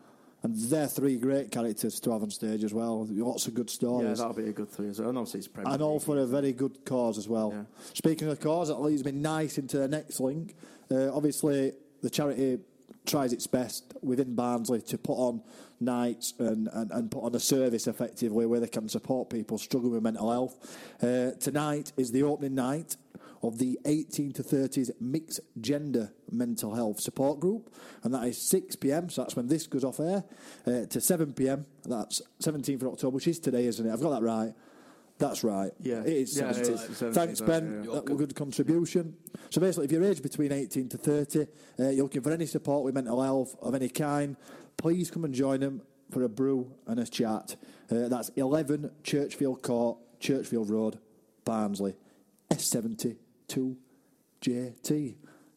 Speaker 7: And they're three great characters to have on stage as well. Lots of good
Speaker 9: yeah,
Speaker 7: stories.
Speaker 9: that'll be a good three. So, and obviously it's Premier.
Speaker 7: and all
Speaker 9: League.
Speaker 7: for a very good cause as well.
Speaker 9: Yeah.
Speaker 7: Speaking of cause, that leads me nice into the next link. Uh, obviously, the charity tries its best within Barnsley to put on nights and, and, and put on a service effectively where they can support people struggling with mental health. Uh, tonight is the opening night of the 18 to 30s mixed gender mental health support group, and that is 6 pm. So that's when this goes off air uh, to 7 pm. That's 17th of October, which is today, isn't it? I've got that right. That's right.
Speaker 9: Yeah.
Speaker 7: it is.
Speaker 9: Yeah, it
Speaker 7: 70.
Speaker 9: is. It's 70,
Speaker 7: Thanks,
Speaker 9: that-
Speaker 7: Ben.
Speaker 9: yeah.
Speaker 7: That was a good contribution. So basically, if you're aged between 18 to 30, uh, you're looking for any support with mental health of any kind, please come and join them for a brew and a chat. Uh, that's 11 Churchfield Court, Churchfield Road, Barnsley, S72 JT.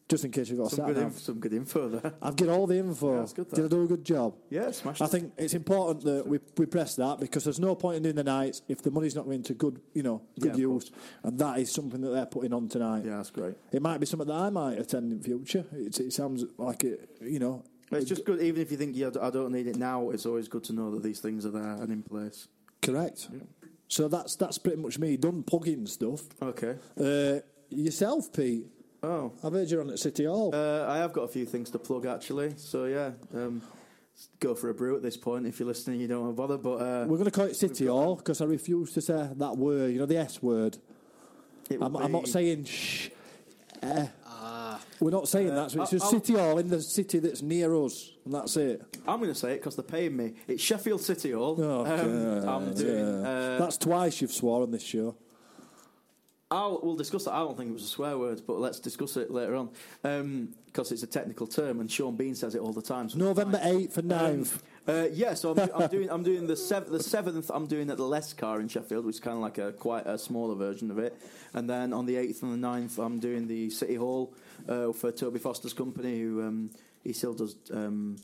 Speaker 7: Just in case you've got a
Speaker 9: some
Speaker 7: sat
Speaker 9: good,
Speaker 7: nav.
Speaker 9: inf- some good info there.
Speaker 7: I've got all the info.
Speaker 9: Yeah, that's good,
Speaker 7: Did I
Speaker 9: that.
Speaker 7: do a good job?
Speaker 9: Yeah, smash
Speaker 7: I
Speaker 9: it.
Speaker 7: think it's important that we, we press that because there's no point in doing the nights if the money's not going to good, you know, good
Speaker 9: Yeah, of
Speaker 7: use, and that is something that they're putting on tonight.
Speaker 9: Yeah, that's great.
Speaker 7: It might be something that I might attend in future. It, it sounds like it, you know.
Speaker 9: It's just good, even if you think, yeah, I don't need it now, it's always good to know that these things are there and in place.
Speaker 7: correct. So that's that's pretty much me done plugging stuff.
Speaker 9: Okay.
Speaker 7: Uh, yourself, Pete.
Speaker 9: Oh.
Speaker 7: I've heard you're on at City Hall.
Speaker 9: Uh, I have got a few things to plug actually. So yeah, um, go for a brew at this point. If you're listening, you don't want to bother. But uh,
Speaker 7: We're going to call it City Hall because I refuse to say that word, you know, the S word.
Speaker 9: it will
Speaker 7: I'm, I'm not
Speaker 9: be-
Speaker 7: saying shh. eh.
Speaker 9: Ah.
Speaker 7: We're not saying that. So it's
Speaker 9: I'll-
Speaker 7: just
Speaker 9: I'll-
Speaker 7: City Hall in the city that's near us, and that's it.
Speaker 9: I'm going to say it because they're paying me. It's Sheffield City Hall.
Speaker 7: Oh,
Speaker 9: um, I'm
Speaker 7: God,
Speaker 9: doing.
Speaker 7: yeah.
Speaker 9: Uh,
Speaker 7: that's twice you've swore on this show.
Speaker 9: I'll, we'll discuss it. I don't think it was a swear word, but let's discuss it later on because it's a technical term, and Sean Bean says it all the time. so it's
Speaker 7: November
Speaker 9: fine.
Speaker 7: 8th and 9th.
Speaker 9: Uh, yeah, so I'm, I'm doing I'm doing the sev- the seventh. I'm doing at the Les Car in Sheffield, which is kind of like a quite a smaller version of it. And then on the eighth and the 9th, I'm doing the City Hall uh, for Toby Foster's company, who um, he still does um,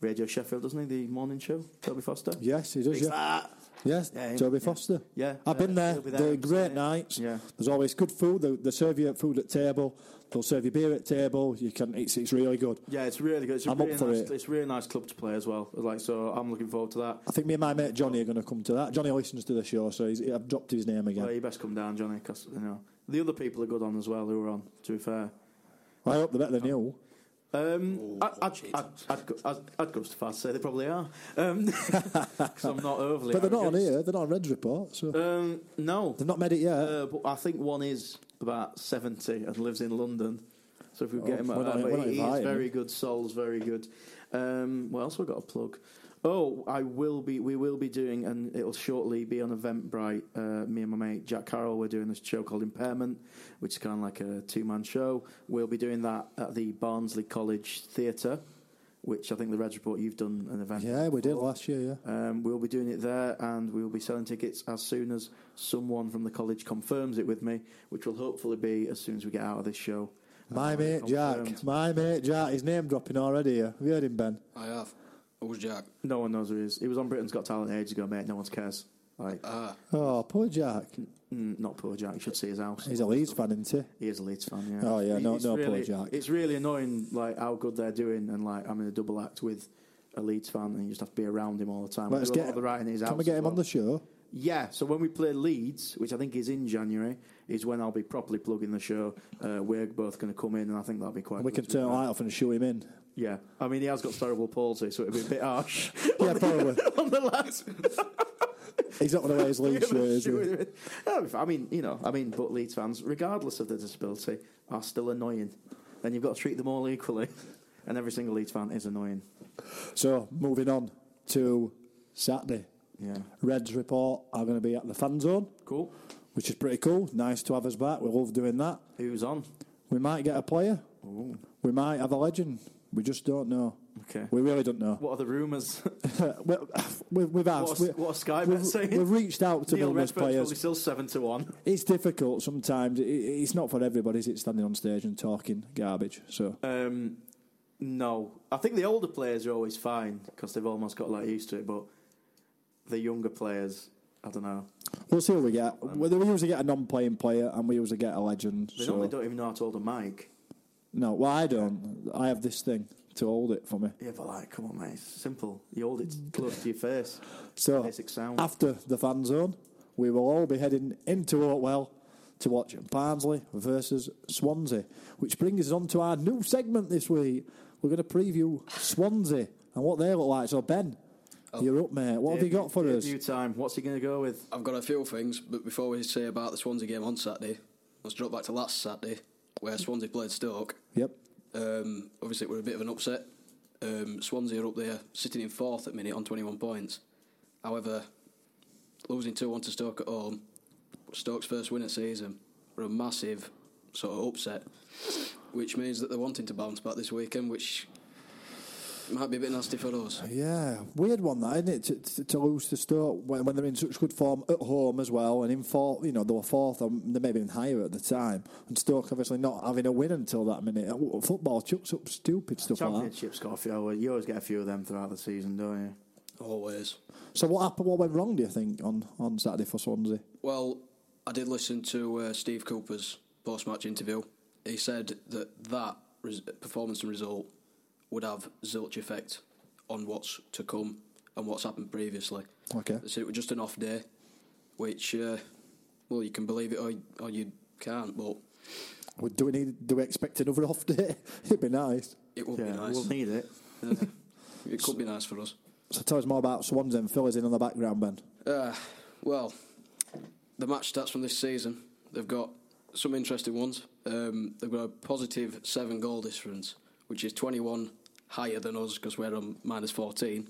Speaker 9: Radio Sheffield, doesn't he? The morning show, Toby Foster.
Speaker 7: yes, he does,
Speaker 9: Fix
Speaker 7: yeah.
Speaker 9: that.
Speaker 7: Yes,
Speaker 9: Yeah, yeah,
Speaker 7: Toby
Speaker 9: yeah.
Speaker 7: Foster.
Speaker 9: Yeah,
Speaker 7: I've been
Speaker 9: uh,
Speaker 7: there.
Speaker 9: he'll be there
Speaker 7: They're
Speaker 9: in a
Speaker 7: great
Speaker 9: minute.
Speaker 7: nights.
Speaker 9: Yeah.
Speaker 7: There's always good food. They, they serve you food at table. They'll serve you beer at table. You can. It's, it's really good.
Speaker 9: Yeah, it's really good. It's a
Speaker 7: I'm up
Speaker 9: really
Speaker 7: for
Speaker 9: nice,
Speaker 7: it.
Speaker 9: It's a really nice club to play as well. Like so, I'm looking forward to that.
Speaker 7: I think me and my mate Johnny are going to come to that. Johnny listens to the show, so he's, I've dropped his name again.
Speaker 9: Well, you best come down, Johnny, because you know the other people are good on as well. Who are on? To be fair,
Speaker 7: I hope they're better than you.
Speaker 9: um, I, I'd, I'd, I'd, go, I'd, I'd go so far to say they probably are, because I'm not overly.
Speaker 7: But they're not on
Speaker 9: arrogant.
Speaker 7: here. They're not on Red's report, so
Speaker 9: Um, no,
Speaker 7: they've not made it yet.
Speaker 9: uh, but I think one is about seventy and lives in London. So if we get him,
Speaker 7: Oh, we're not-
Speaker 9: uh,
Speaker 7: we're not
Speaker 9: but he is
Speaker 7: inviting
Speaker 9: very
Speaker 7: him.
Speaker 9: good. Soul's very good. Um, what else we got to plug? Oh, I will be. We will be doing, and it'll shortly be on Eventbrite. Uh, me and my mate Jack Carroll, we're doing this show called Impairment, which is kind of like a two-man show. We'll be doing that at the Barnsley College Theatre, which I think the Reds Report you've done an event.
Speaker 7: yeah, we did last year. Yeah.
Speaker 9: Um, we'll be doing it there, and we will be selling tickets as soon as someone from the college confirms it with me, which will hopefully be as soon as we get out of this show.
Speaker 7: My
Speaker 9: Uh,
Speaker 7: mate Jack,
Speaker 9: confirmed.
Speaker 7: my mate Jack, his name dropping already. Here. Have you heard him, Ben?
Speaker 12: I have. Who's Jack?
Speaker 9: No one knows who he is. He was on Britain's Got Talent ages ago, mate. No one cares. Like,
Speaker 12: Ah.
Speaker 7: Oh, poor Jack.
Speaker 9: mm, not poor Jack. You should see his house.
Speaker 7: He's a Leeds fan, isn't he?
Speaker 9: He is a Leeds fan, yeah.
Speaker 7: Oh, yeah, no-
Speaker 9: It's
Speaker 7: no, poor
Speaker 9: really,
Speaker 7: Jack.
Speaker 9: It's really annoying, like how good they're doing, and like I'm in a double act with a Leeds fan, and you just have to be around him all the time.
Speaker 7: Let's
Speaker 9: We do a
Speaker 7: get
Speaker 9: lot of the writing in his
Speaker 7: Can
Speaker 9: house
Speaker 7: we get
Speaker 9: as
Speaker 7: him on
Speaker 9: well.
Speaker 7: the show?
Speaker 9: Yeah, so when we play Leeds, which I think is in January, is when I'll be properly plugging the show. Uh, we're both going to come in, and I think that'll be quite.
Speaker 7: And we
Speaker 9: good
Speaker 7: can
Speaker 9: to be
Speaker 7: turn the
Speaker 9: fair.
Speaker 7: light off and shoot him in.
Speaker 9: Yeah, I mean he has got cerebral palsy, so it'd be a bit harsh
Speaker 7: Yeah, probably.
Speaker 9: on the last.
Speaker 7: He's not going to wear his Leeds shirt, is he?
Speaker 9: I mean, you know, I mean, but Leeds fans, regardless of their disability, are still annoying, and you've got to treat them all equally. And every single Leeds fan is annoying.
Speaker 7: So, moving on to Saturday.
Speaker 9: Yeah.
Speaker 7: Reds report are going to be at the fan zone,
Speaker 9: Cool.
Speaker 7: which is pretty cool. Nice to have us back. We love doing that.
Speaker 9: Who's on?
Speaker 7: We might get a player. We might have a legend. We just don't know.
Speaker 9: Okay.
Speaker 7: We really don't know.
Speaker 9: What are the rumours?
Speaker 7: we, we've, we've asked.
Speaker 9: What's-
Speaker 7: we-
Speaker 9: what's Sky Bet
Speaker 7: we've,
Speaker 9: saying?
Speaker 7: We've reached out to
Speaker 9: Neil
Speaker 7: numerous
Speaker 9: Redfern's
Speaker 7: players.
Speaker 9: probably still seven to one.
Speaker 7: It's difficult sometimes. It, it- it's not for everybody. Is it standing on stage and talking garbage? So
Speaker 9: Um, no, I think the older players are always fine because they've almost got like used to it. But the younger players, I don't know.
Speaker 7: we'll see what we get. We, we usually get a non-playing player, and we usually get a legend.
Speaker 9: Um, They
Speaker 7: so-
Speaker 9: normally don't even know how to hold a mic.
Speaker 7: No, well, I don't. I have this thing to hold it for me.
Speaker 9: Yeah, but like, come on, mate, it's simple. You hold it close to your face.
Speaker 7: So
Speaker 9: Basic sound.
Speaker 7: after the fan zone, we will all be heading into Oatwell to watch Barnsley versus Swansea, which brings us on to our new segment this week. We're going to preview Swansea and what they look like. So Ben, you're up, mate. What have you got for us?
Speaker 9: Debut time. What's he going to go with?
Speaker 12: I've got a few things, but before we say about the Swansea game on Saturday, let's drop back to last Saturday, where Swansea played Stoke.
Speaker 7: Yep.
Speaker 12: Um, obviously, it were a bit of an upset. Um, Swansea are up there, sitting in fourth at minute on 21 points. However, losing 2 1 to Stoke at home, Stoke's first win of the season, were a massive sort of upset, which means that they're wanting to bounce back this weekend, which might be a bit nasty for us.
Speaker 7: Yeah, weird one that isn't it to, to, to lose to Stoke when, when they're in such good form at home as well, and in fourth, you know they were fourth, and they may have been higher at the time, and Stoke obviously not having a win until that minute. Uh, Football chucks up stupid stuff like that.
Speaker 9: Championship's got a few. You always get a few of them throughout the season, don't you?
Speaker 12: Always.
Speaker 7: So what happened? What went wrong? Do you think on, on Saturday for Swansea?
Speaker 12: Well, I did listen to uh, Steve Cooper's post match interview. He said that that res- performance and result would have zilch effect on what's to come and what's happened previously.
Speaker 7: Okay.
Speaker 12: They said it was just an off day, which, uh, well, you can believe it or, or you can't, but
Speaker 7: Well, Do we need? Do we expect another off day? It'd be nice.
Speaker 12: it would
Speaker 9: Yeah,
Speaker 12: be nice.
Speaker 9: we'll need it.
Speaker 12: Uh, It could be nice for us.
Speaker 7: So tell us more about Swansea and fill us in on the background, Ben.
Speaker 12: Uh, well, the match stats from this season, they've got some interesting ones. Um, they've got a positive seven goal difference, which is 21 higher than us because we're on minus 14.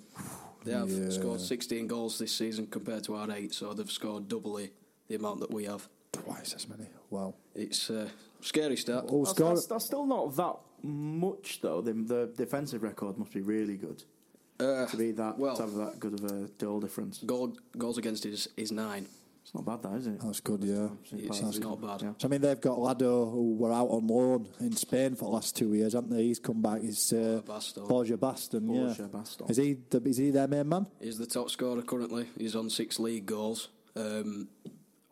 Speaker 12: They have
Speaker 7: Yeah.
Speaker 12: scored 16 goals this season compared to our eight, so they've scored doubly the amount that we have.
Speaker 7: Twice as many. Wow.
Speaker 12: It's uh, scary stat.
Speaker 7: Oh,
Speaker 9: That's,
Speaker 7: Scott.
Speaker 9: that's- that's still not that much, though. The, the defensive record must be really good
Speaker 12: Uh,
Speaker 9: to be that
Speaker 12: well-
Speaker 9: to have that good of a goal difference.
Speaker 12: goal, goals against is, is nine.
Speaker 9: It's not bad, that is it?
Speaker 7: That's good, yeah.
Speaker 12: It's, it's not bad.
Speaker 9: Yeah.
Speaker 7: So, I mean, they've got Lado, who were out on loan in Spain for the last two years, haven't they? He's come back. He's uh,
Speaker 12: Baston.
Speaker 7: Borja Baston. yeah.
Speaker 9: Borja Baston.
Speaker 7: Is he the, is he their main man?
Speaker 12: He's the top scorer currently. He's on six league goals. Um,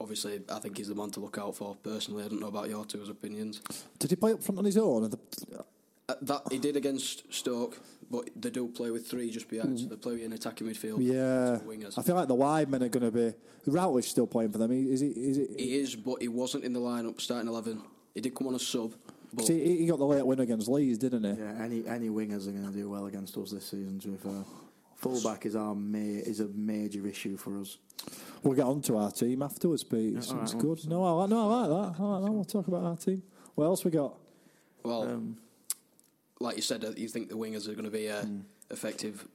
Speaker 12: obviously, I think he's the man to look out for. Personally, I don't know about your two's opinions.
Speaker 7: Did he play up front on his own? Or the-
Speaker 12: Uh, that he did against Stoke, but they do play with three just behind. So they play in attacking midfield.
Speaker 7: Mm. Yeah,
Speaker 12: two wingers.
Speaker 7: I feel like the wide men are going to be. Routledge still playing for them. He- Is he? Is he?
Speaker 12: he is, but he wasn't in the lineup starting eleven. He did come on a sub, but
Speaker 7: 'cause he, he got the late win against Leeds, didn't he?
Speaker 9: Yeah, any any wingers are going to do well against us this season. To be fair, fullback is our ma- is a major issue for us.
Speaker 7: We'll get on to our team afterwards, Pete. it's
Speaker 9: all right,
Speaker 7: it's
Speaker 9: well,
Speaker 7: good. No, I like, no, I like that. I like that. We'll talk about our team. What else we got?
Speaker 12: well,
Speaker 7: um,
Speaker 12: like you said, uh, you think the wingers are going to be uh,
Speaker 7: Mm.
Speaker 12: effective.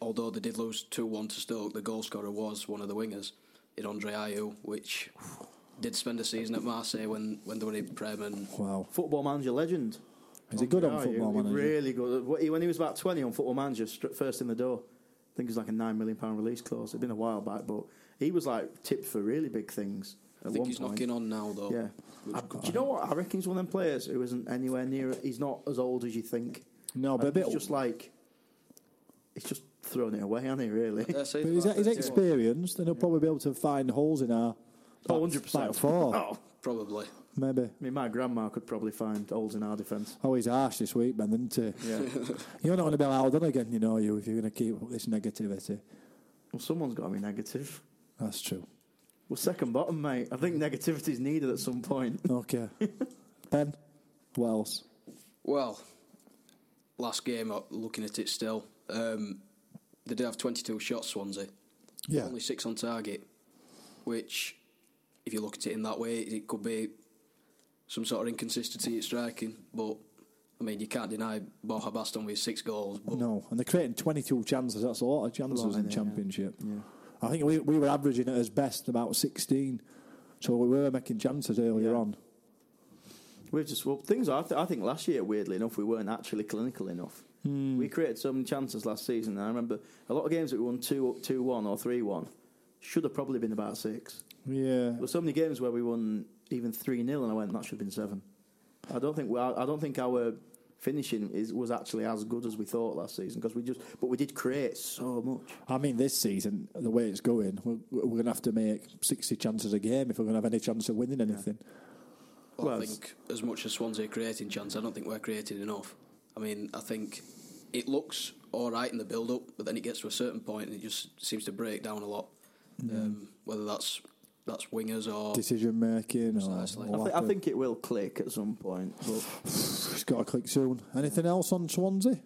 Speaker 12: Although they did lose two one to Stoke, the goal scorer was one of the wingers, in Andre Ayew, which did spend a season at Marseille when, when they were in Prem and
Speaker 7: Wow,
Speaker 9: Football Manager legend. Oh,
Speaker 7: is he good on
Speaker 9: Yeah,
Speaker 7: football
Speaker 9: he- he
Speaker 7: manager?
Speaker 9: Really good. What- he- When he was about twenty on Football Manager, stri- first in the door. I think it was like a nine million pound release clause. It'd been a while back, but he was like tipped for really big things.
Speaker 12: I think he's knocking on now though.
Speaker 9: Yeah. I- do you know what? I reckon he's one of them players who isn't anywhere near. He's not as old as you think.
Speaker 7: No, but a
Speaker 9: Like,
Speaker 7: bit-
Speaker 9: he's just like he's just throwing it away, hasn't he? Really?
Speaker 12: Dare I say
Speaker 7: But
Speaker 12: the
Speaker 7: he's,
Speaker 12: right
Speaker 7: he's
Speaker 12: thing?
Speaker 7: experienced, and he'll probably be able to find holes in our back,
Speaker 9: Oh, 100%.
Speaker 7: back four,
Speaker 9: Oh,
Speaker 12: Probably.
Speaker 7: maybe.
Speaker 9: I mean, my grandma could probably find holes in our defence.
Speaker 7: Oh, he's harsh this week, man, isn't he? Yeah. you're not going to be allowed on again, you know, you, if you're going to keep up this negativity.
Speaker 9: Well, someone's got to be negative.
Speaker 7: That's true.
Speaker 9: We're second bottom, mate. I think negativity's needed at some point.
Speaker 7: Okay. ben, what else?
Speaker 12: Well, last game, uh, looking at it still, um, they did have 22 shots, Swansea.
Speaker 7: Yeah.
Speaker 12: Only six on target, which, if you look at it in that way, it could be some sort of inconsistency at striking. But, I mean, you can't deny Borja Baston with six goals. But
Speaker 7: No, and they're creating 22 chances. That's a lot of chances
Speaker 9: lot,
Speaker 7: in
Speaker 9: innit, yeah.
Speaker 7: Championship. I think we, we were averaging at as best about 16, so we were making chances earlier
Speaker 9: Yeah.
Speaker 7: on.
Speaker 9: We've just well, things. Are, I, th- I think last year, weirdly enough, we weren't actually clinical enough.
Speaker 7: Hmm.
Speaker 9: We created so many chances last season. And I remember a lot of games that we won two, two one or three one should have probably been about six.
Speaker 7: Yeah.
Speaker 9: There were so many games where we won even three 0 and I went that should have been seven. I don't think we, I, I don't think our finishing is was actually as good as we thought last season because we just but we did create so much.
Speaker 7: I mean, this season, the way it's going, we're, we're going to have to make 60 chances a game if we're going to have any chance of winning anything.
Speaker 9: Well,
Speaker 12: I think as much as Swansea are creating chance, I don't think we're creating enough. I mean, I think it looks all right in the build up, but then it gets to a certain point and it just seems to break down a lot. Um, whether that's that's wingers
Speaker 9: Oh.
Speaker 12: or
Speaker 7: Decision making, or,
Speaker 12: Precisely.
Speaker 7: or
Speaker 9: I, thi-
Speaker 7: lack
Speaker 9: I
Speaker 7: of-
Speaker 9: think it will click at some point. But
Speaker 7: it's got to click soon. Anything else on Swansea?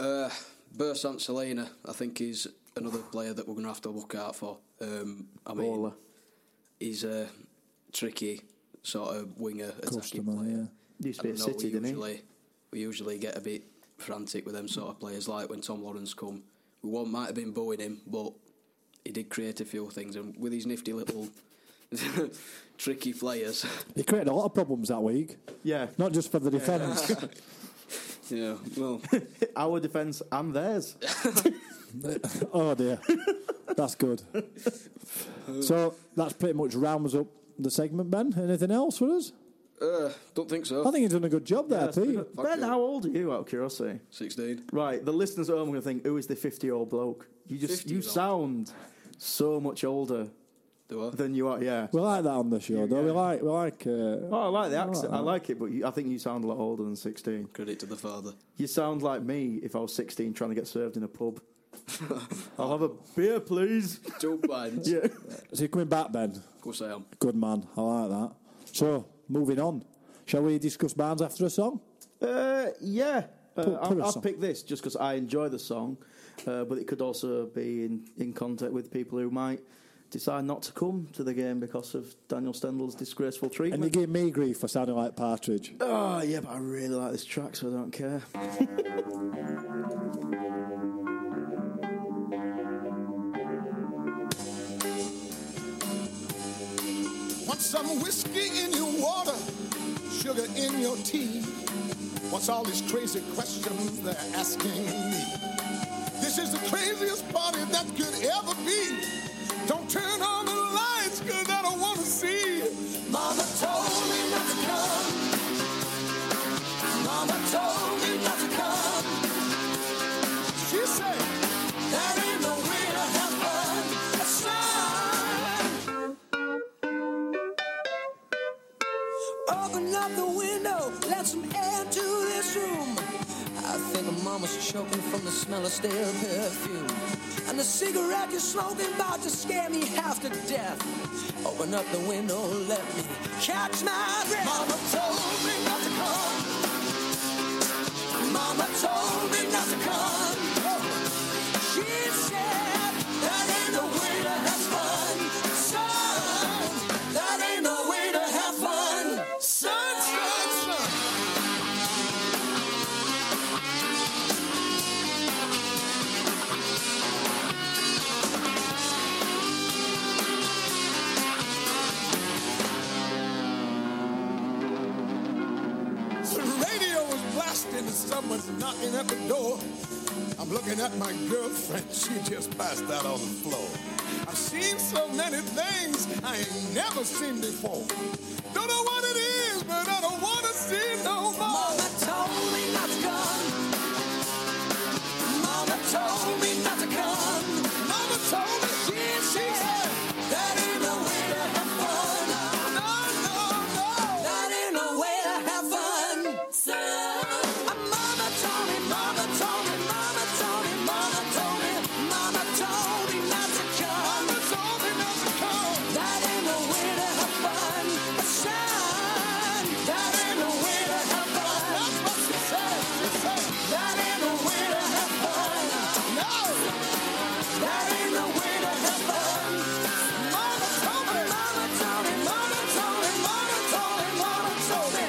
Speaker 12: uh, Bersant Selena. I think he's another player that we're going to have to look out for. Um, I mean,
Speaker 9: Baller.
Speaker 12: he's a tricky sort of winger attacking
Speaker 7: Customer,
Speaker 12: player.
Speaker 7: yeah.
Speaker 9: Used to
Speaker 12: I
Speaker 9: be at
Speaker 12: don't know,
Speaker 9: City,
Speaker 12: we
Speaker 9: didn't he?
Speaker 12: usually, We usually get a bit frantic with them sort of players, like when Tom Lawrence come. We one might have been booing him, but he did create a few things, and with his nifty little tricky players,
Speaker 7: He created a lot of problems that week,
Speaker 9: yeah,
Speaker 7: not just for the defence.
Speaker 12: yeah. Well,
Speaker 9: our defence and theirs.
Speaker 7: oh dear, that's good. so that's pretty much rounds up the segment, Ben. Anything else for us?
Speaker 12: uh, don't think so.
Speaker 7: I think he's done a good job there, Pete.
Speaker 9: ben, how old are you? Out of curiosity.
Speaker 12: Sixteen.
Speaker 9: Right, the listeners at home are going to think, "Who is the fifty-year-old bloke?" You just you
Speaker 12: 50-year-old.
Speaker 9: sound so much older
Speaker 12: Do I?
Speaker 9: than you are. Yeah.
Speaker 7: We like that on the show, though. We like, we like. Uh,
Speaker 9: Oh, I like the accent. I like it, but you, I think you sound a lot older than sixteen.
Speaker 12: Credit to the father.
Speaker 9: You sound like me if I was sixteen trying to get served in a pub. I'll have a beer, please.
Speaker 12: Joe Biden.
Speaker 9: Yeah.
Speaker 7: is he coming back, Ben?
Speaker 12: Of course I am.
Speaker 7: Good man. I like that. So moving on, shall we discuss Barnes after a song?
Speaker 9: Uh, yeah.
Speaker 7: Put-
Speaker 9: Uh,
Speaker 7: put
Speaker 9: I'll,
Speaker 7: a
Speaker 9: I'll
Speaker 7: song.
Speaker 9: pick this just because I enjoy the song, uh, but it could also be in, in contact with people who might decide not to come to the game because of Daniel Stendel's disgraceful
Speaker 7: And they
Speaker 9: treatment.
Speaker 7: gave me grief for sounding like Partridge.
Speaker 9: Oh, yeah, but I really like this track, so I don't care.
Speaker 13: Want some whiskey in your water, sugar in your tea? What's all these crazy questions they're asking me? This is the craziest party that could ever be. Don't turn on the lights, cause I don't wanna see. Mama told me not to come. Mama told me not to come. She said, That ain't no way to have fun. That's not
Speaker 10: Open up the window, let some air to this room. I think mama's choking from the smell of stale perfume. And the cigarette you're smoking about to scare me half to death. Open up the window, let me catch my breath. Mama told me not to come. Mama told me not to come. She said that ain't no way to have fun, son. That ain't no way to have fun, son, son, son.
Speaker 13: The radio is blasting and someone's knocking at the door. I'm looking at my girlfriend. She just passed out on the floor. I've seen so many things I ain't never seen before. Don't know what it is, but I don't want to see no more. Mama
Speaker 10: told me not to come. Mama told me not to come.
Speaker 13: Mama told me
Speaker 10: she, she said that ain't no way to have fun.
Speaker 13: No, no, no.
Speaker 10: That ain't no way to have fun. Son. Mama told me, mama told me, mama told me, mama told me, mama told me not to come. Mama
Speaker 13: told me not to come.
Speaker 10: That ain't no way to have fun. Son. That ain't no way to have fun. That's what she said. That ain't no way to have fun.
Speaker 13: No.
Speaker 10: That ain't no way to have fun. Mama told me, mama told me, mama told me, mama told me, mama told me.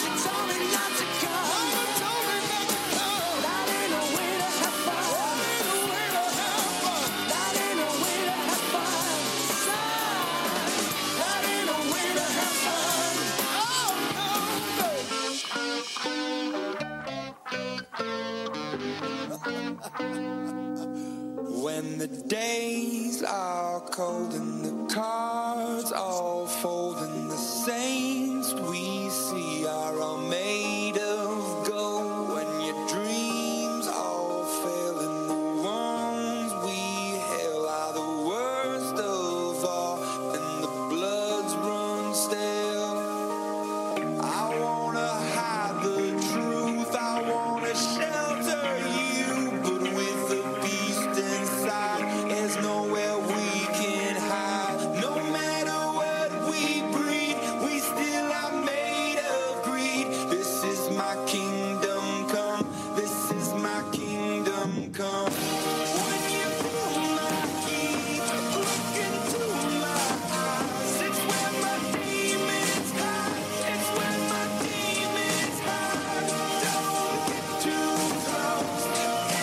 Speaker 10: She told me not to come. Mama
Speaker 13: told me not to come.
Speaker 10: That ain't no way to have fun. That ain't no way to have
Speaker 13: fun.
Speaker 10: That ain't no way to have fun. Son, that ain't no way to have fun.
Speaker 13: Oh, no, no.
Speaker 14: When the days are cold and the cards all fold and the saints we see are all made of gold. When your dreams all fail and the wrongs we hail are the worst of all and the bloods run stale. I wanna hide the truth, I wanna shelter you, but with the beast inside, there's nowhere we can hide. No matter what we breed, we still are made of greed. This is my kingdom come, this is my kingdom come. When you pull my keys, look into my eyes, it's where my demons hide, it's where my demons hide. Don't get too close,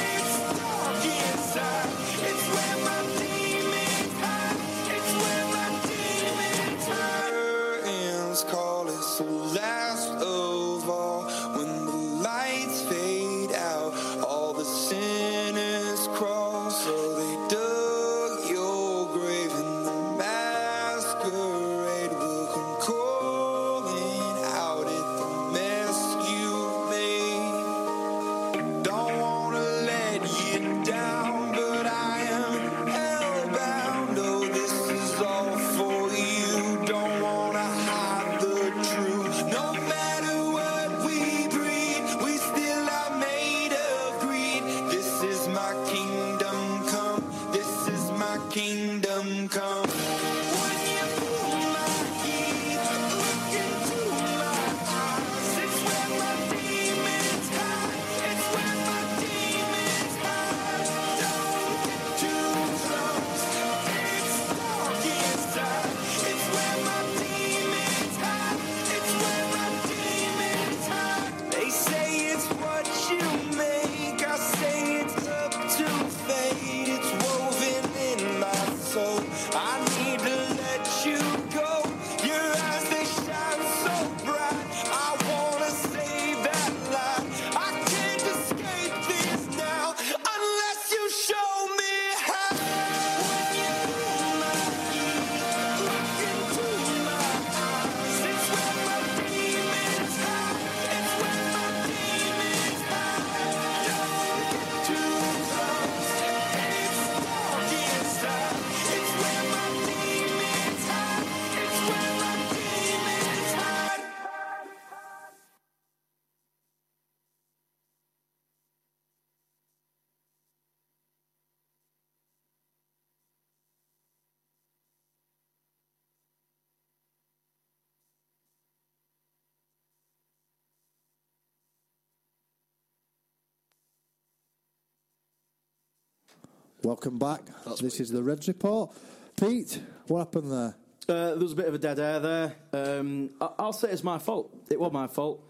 Speaker 14: it's dark inside, it's where my demons hide, it's where my demons hide. Curtains call it so last of all when the lights fade out, all the sinners crawl. So they dug your grave, and the masquerade will come calling out at the mess you made. Don't wanna let you down, but I am hellbound. Oh, this is all for you. Don't wanna hide the truth, no matter.
Speaker 7: Welcome back. this is the Reds Report. Pete, what happened there?
Speaker 9: Uh, there was a bit of a dead air there. Um, I- I'll say it's my fault. It was my fault.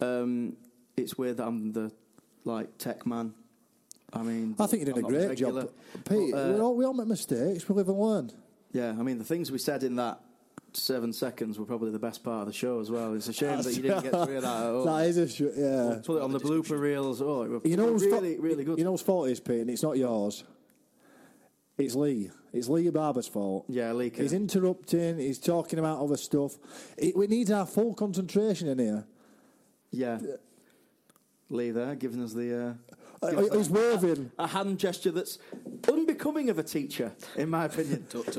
Speaker 9: Um, it's weird that I'm the like tech man. I mean,
Speaker 7: I think you did
Speaker 9: I'm
Speaker 7: a
Speaker 9: not the
Speaker 7: great
Speaker 9: regular.
Speaker 7: job. Pete,
Speaker 9: But, uh,
Speaker 7: we, all, we all make mistakes. We live and learn.
Speaker 9: Yeah, I mean the things we said in that seven seconds were probably the best part of the show as well. It's a shame that you didn't get through that. At all.
Speaker 7: That is a sh- yeah.
Speaker 9: Put it on the blooper reels. Oh, it were
Speaker 7: You know who's fa-
Speaker 9: really, really good.
Speaker 7: You know whose fault it is, Pete, and it's not yours. It's Lee. It's Lee Barber's fault.
Speaker 9: Yeah, Lee.
Speaker 7: He's interrupting. He's talking about other stuff. It, we need our full concentration in here.
Speaker 9: Yeah. Lee there, giving us the. Uh,
Speaker 7: Uh,
Speaker 9: giving us
Speaker 7: he's
Speaker 9: a-
Speaker 7: waving.
Speaker 9: A hand gesture that's unbecoming of a teacher, in my opinion.
Speaker 7: It's,